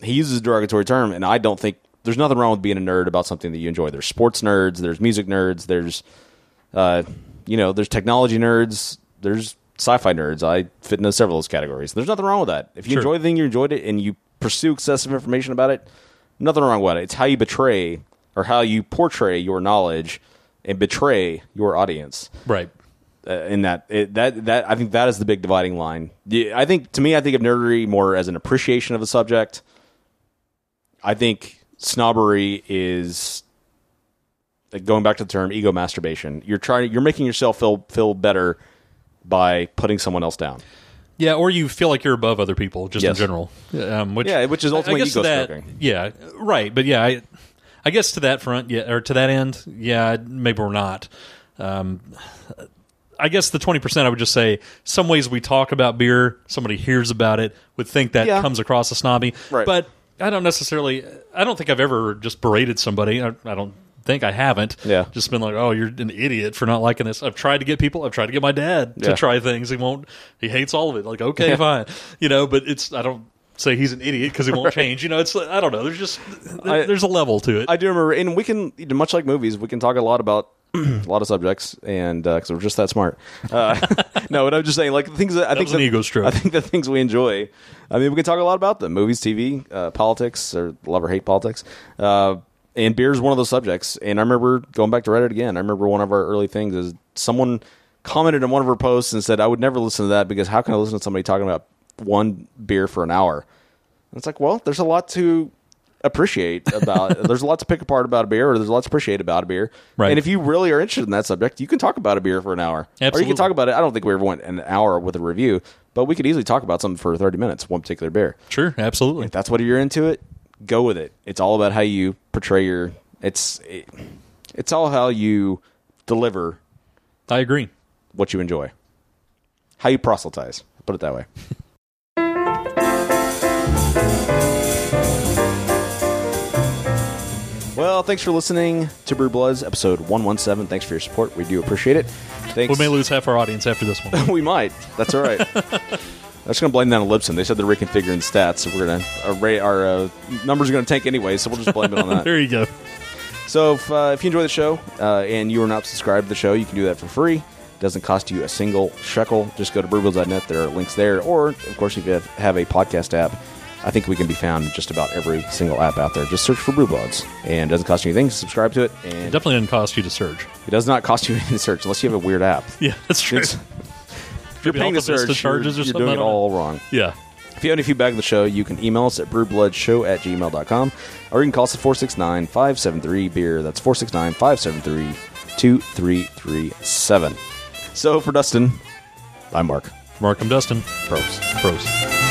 S2: he uses a derogatory term, and I don't think there's nothing wrong with being a nerd about something that you enjoy. There's sports nerds, there's music nerds, there's uh, you know, there's technology nerds, there's sci-fi nerds. I fit into several of those categories. There's nothing wrong with that. If you
S3: Sure.
S2: enjoy the thing, you enjoyed it, and you pursue excessive information about it, nothing wrong with it. It's how you betray or how you portray your knowledge and betray your audience
S3: Right.
S2: uh, in that it, that that I think that is the big dividing line. The- I think to me, I think of nerdery more as an appreciation of a subject. I think snobbery is like going back to the term ego masturbation. You're trying, you're making yourself feel feel better by putting someone else down.
S3: Yeah, or you feel like you're above other people just in
S2: Yes.
S3: general. Um, which,
S2: Yeah, which is
S3: I- I
S2: ultimately
S3: guess to that-
S2: ego-stroking.
S3: Yeah, right. But yeah, I, I guess to that front, yeah, or to that end, yeah, maybe we're not. Um, I guess the twenty percent, I would just say, some ways we talk about beer, somebody hears about it, would think that
S2: Yeah.
S3: comes across as snobby.
S2: Right.
S3: But I don't necessarily. I don't think I've ever just berated somebody. I, I don't think I haven't.
S2: Yeah.
S3: Just been like, oh, you're an idiot for not liking this. I've tried to get people. I've tried to get my dad
S2: Yeah.
S3: to try things. He won't. He hates all of it. Like, okay, fine. You know, but it's. I don't say he's an idiot because he won't change. You know, it's. I don't know. There's just. there-
S2: I-
S3: there's a level to it.
S2: I do remember, and we can much like movies, we can talk a lot about a lot of subjects, and because we're just that smart. Uh, no, but I'm just saying, like the things that I think
S3: was an
S2: the-
S3: ego stroke.
S2: I think the things we enjoy. I mean, we can talk a lot about them: movies, TV, uh, politics, or love or hate politics. Uh, and beer is one of those subjects. And I remember going back to Reddit again. I remember one of our early things is someone commented on one of her posts and said, "I would never listen to that because how can I listen to somebody talking about one beer for an hour?" And it's like, well, there's a lot to appreciate about. there's a lot to pick apart about a beer, or there's a lot to appreciate about a beer.
S3: Right.
S2: And if you really are interested in that subject, you can talk about a beer for an hour, or you
S3: Absolutely.
S2: can talk about it. I don't think we ever went an hour with a review, but we could easily talk about something for 30 minutes, one particular beer.
S3: sure, absolutely.
S2: If that's what you're into, it go with it. It's all about how you portray your. It's it, it's all how you deliver
S3: I agree.
S2: what you enjoy, how you proselytize. Put it that way. Well, thanks for listening to Brew Bloods episode 117. Thanks for your support. We do appreciate it. Thanks.
S3: We may lose half our audience after this one.
S2: We might. That's all right. I'm just going to blame that on Lipson. They said they're reconfiguring stats. So we're going to, our, ra- our uh, numbers are going to tank anyway, so we'll just blame it on that.
S3: there you go.
S2: So if, uh, if you enjoy the show uh, and you are not subscribed to the show, you can do that for free. Doesn't cost you a single shekel. Just go to brewbills.net. There are links there. Or, of course, if you have, have a podcast app, I think we can be found in just about every single app out there. Just search for Brewbloods. And it doesn't cost you anything. Subscribe to it.
S3: It
S2: And it
S3: definitely didn't cost you to surge.
S2: does not cost you anything to search unless you have a weird app.
S3: Yeah, that's true.
S2: It's- If you're
S3: Maybe
S2: paying the
S3: Alta Vista
S2: search, you're-
S3: charges or
S2: you're,
S3: something,
S2: doing
S3: I
S2: it
S3: don't know.
S2: all wrong.
S3: yeah.
S2: If you have any feedback on the show, you can email us at brewbloodshow at gmail.com or you can call us at 469 573 beer. That's 469 573 2337. So for Dustin, I'm Mark.
S3: Markham Dustin.
S2: Pros.
S3: Pros.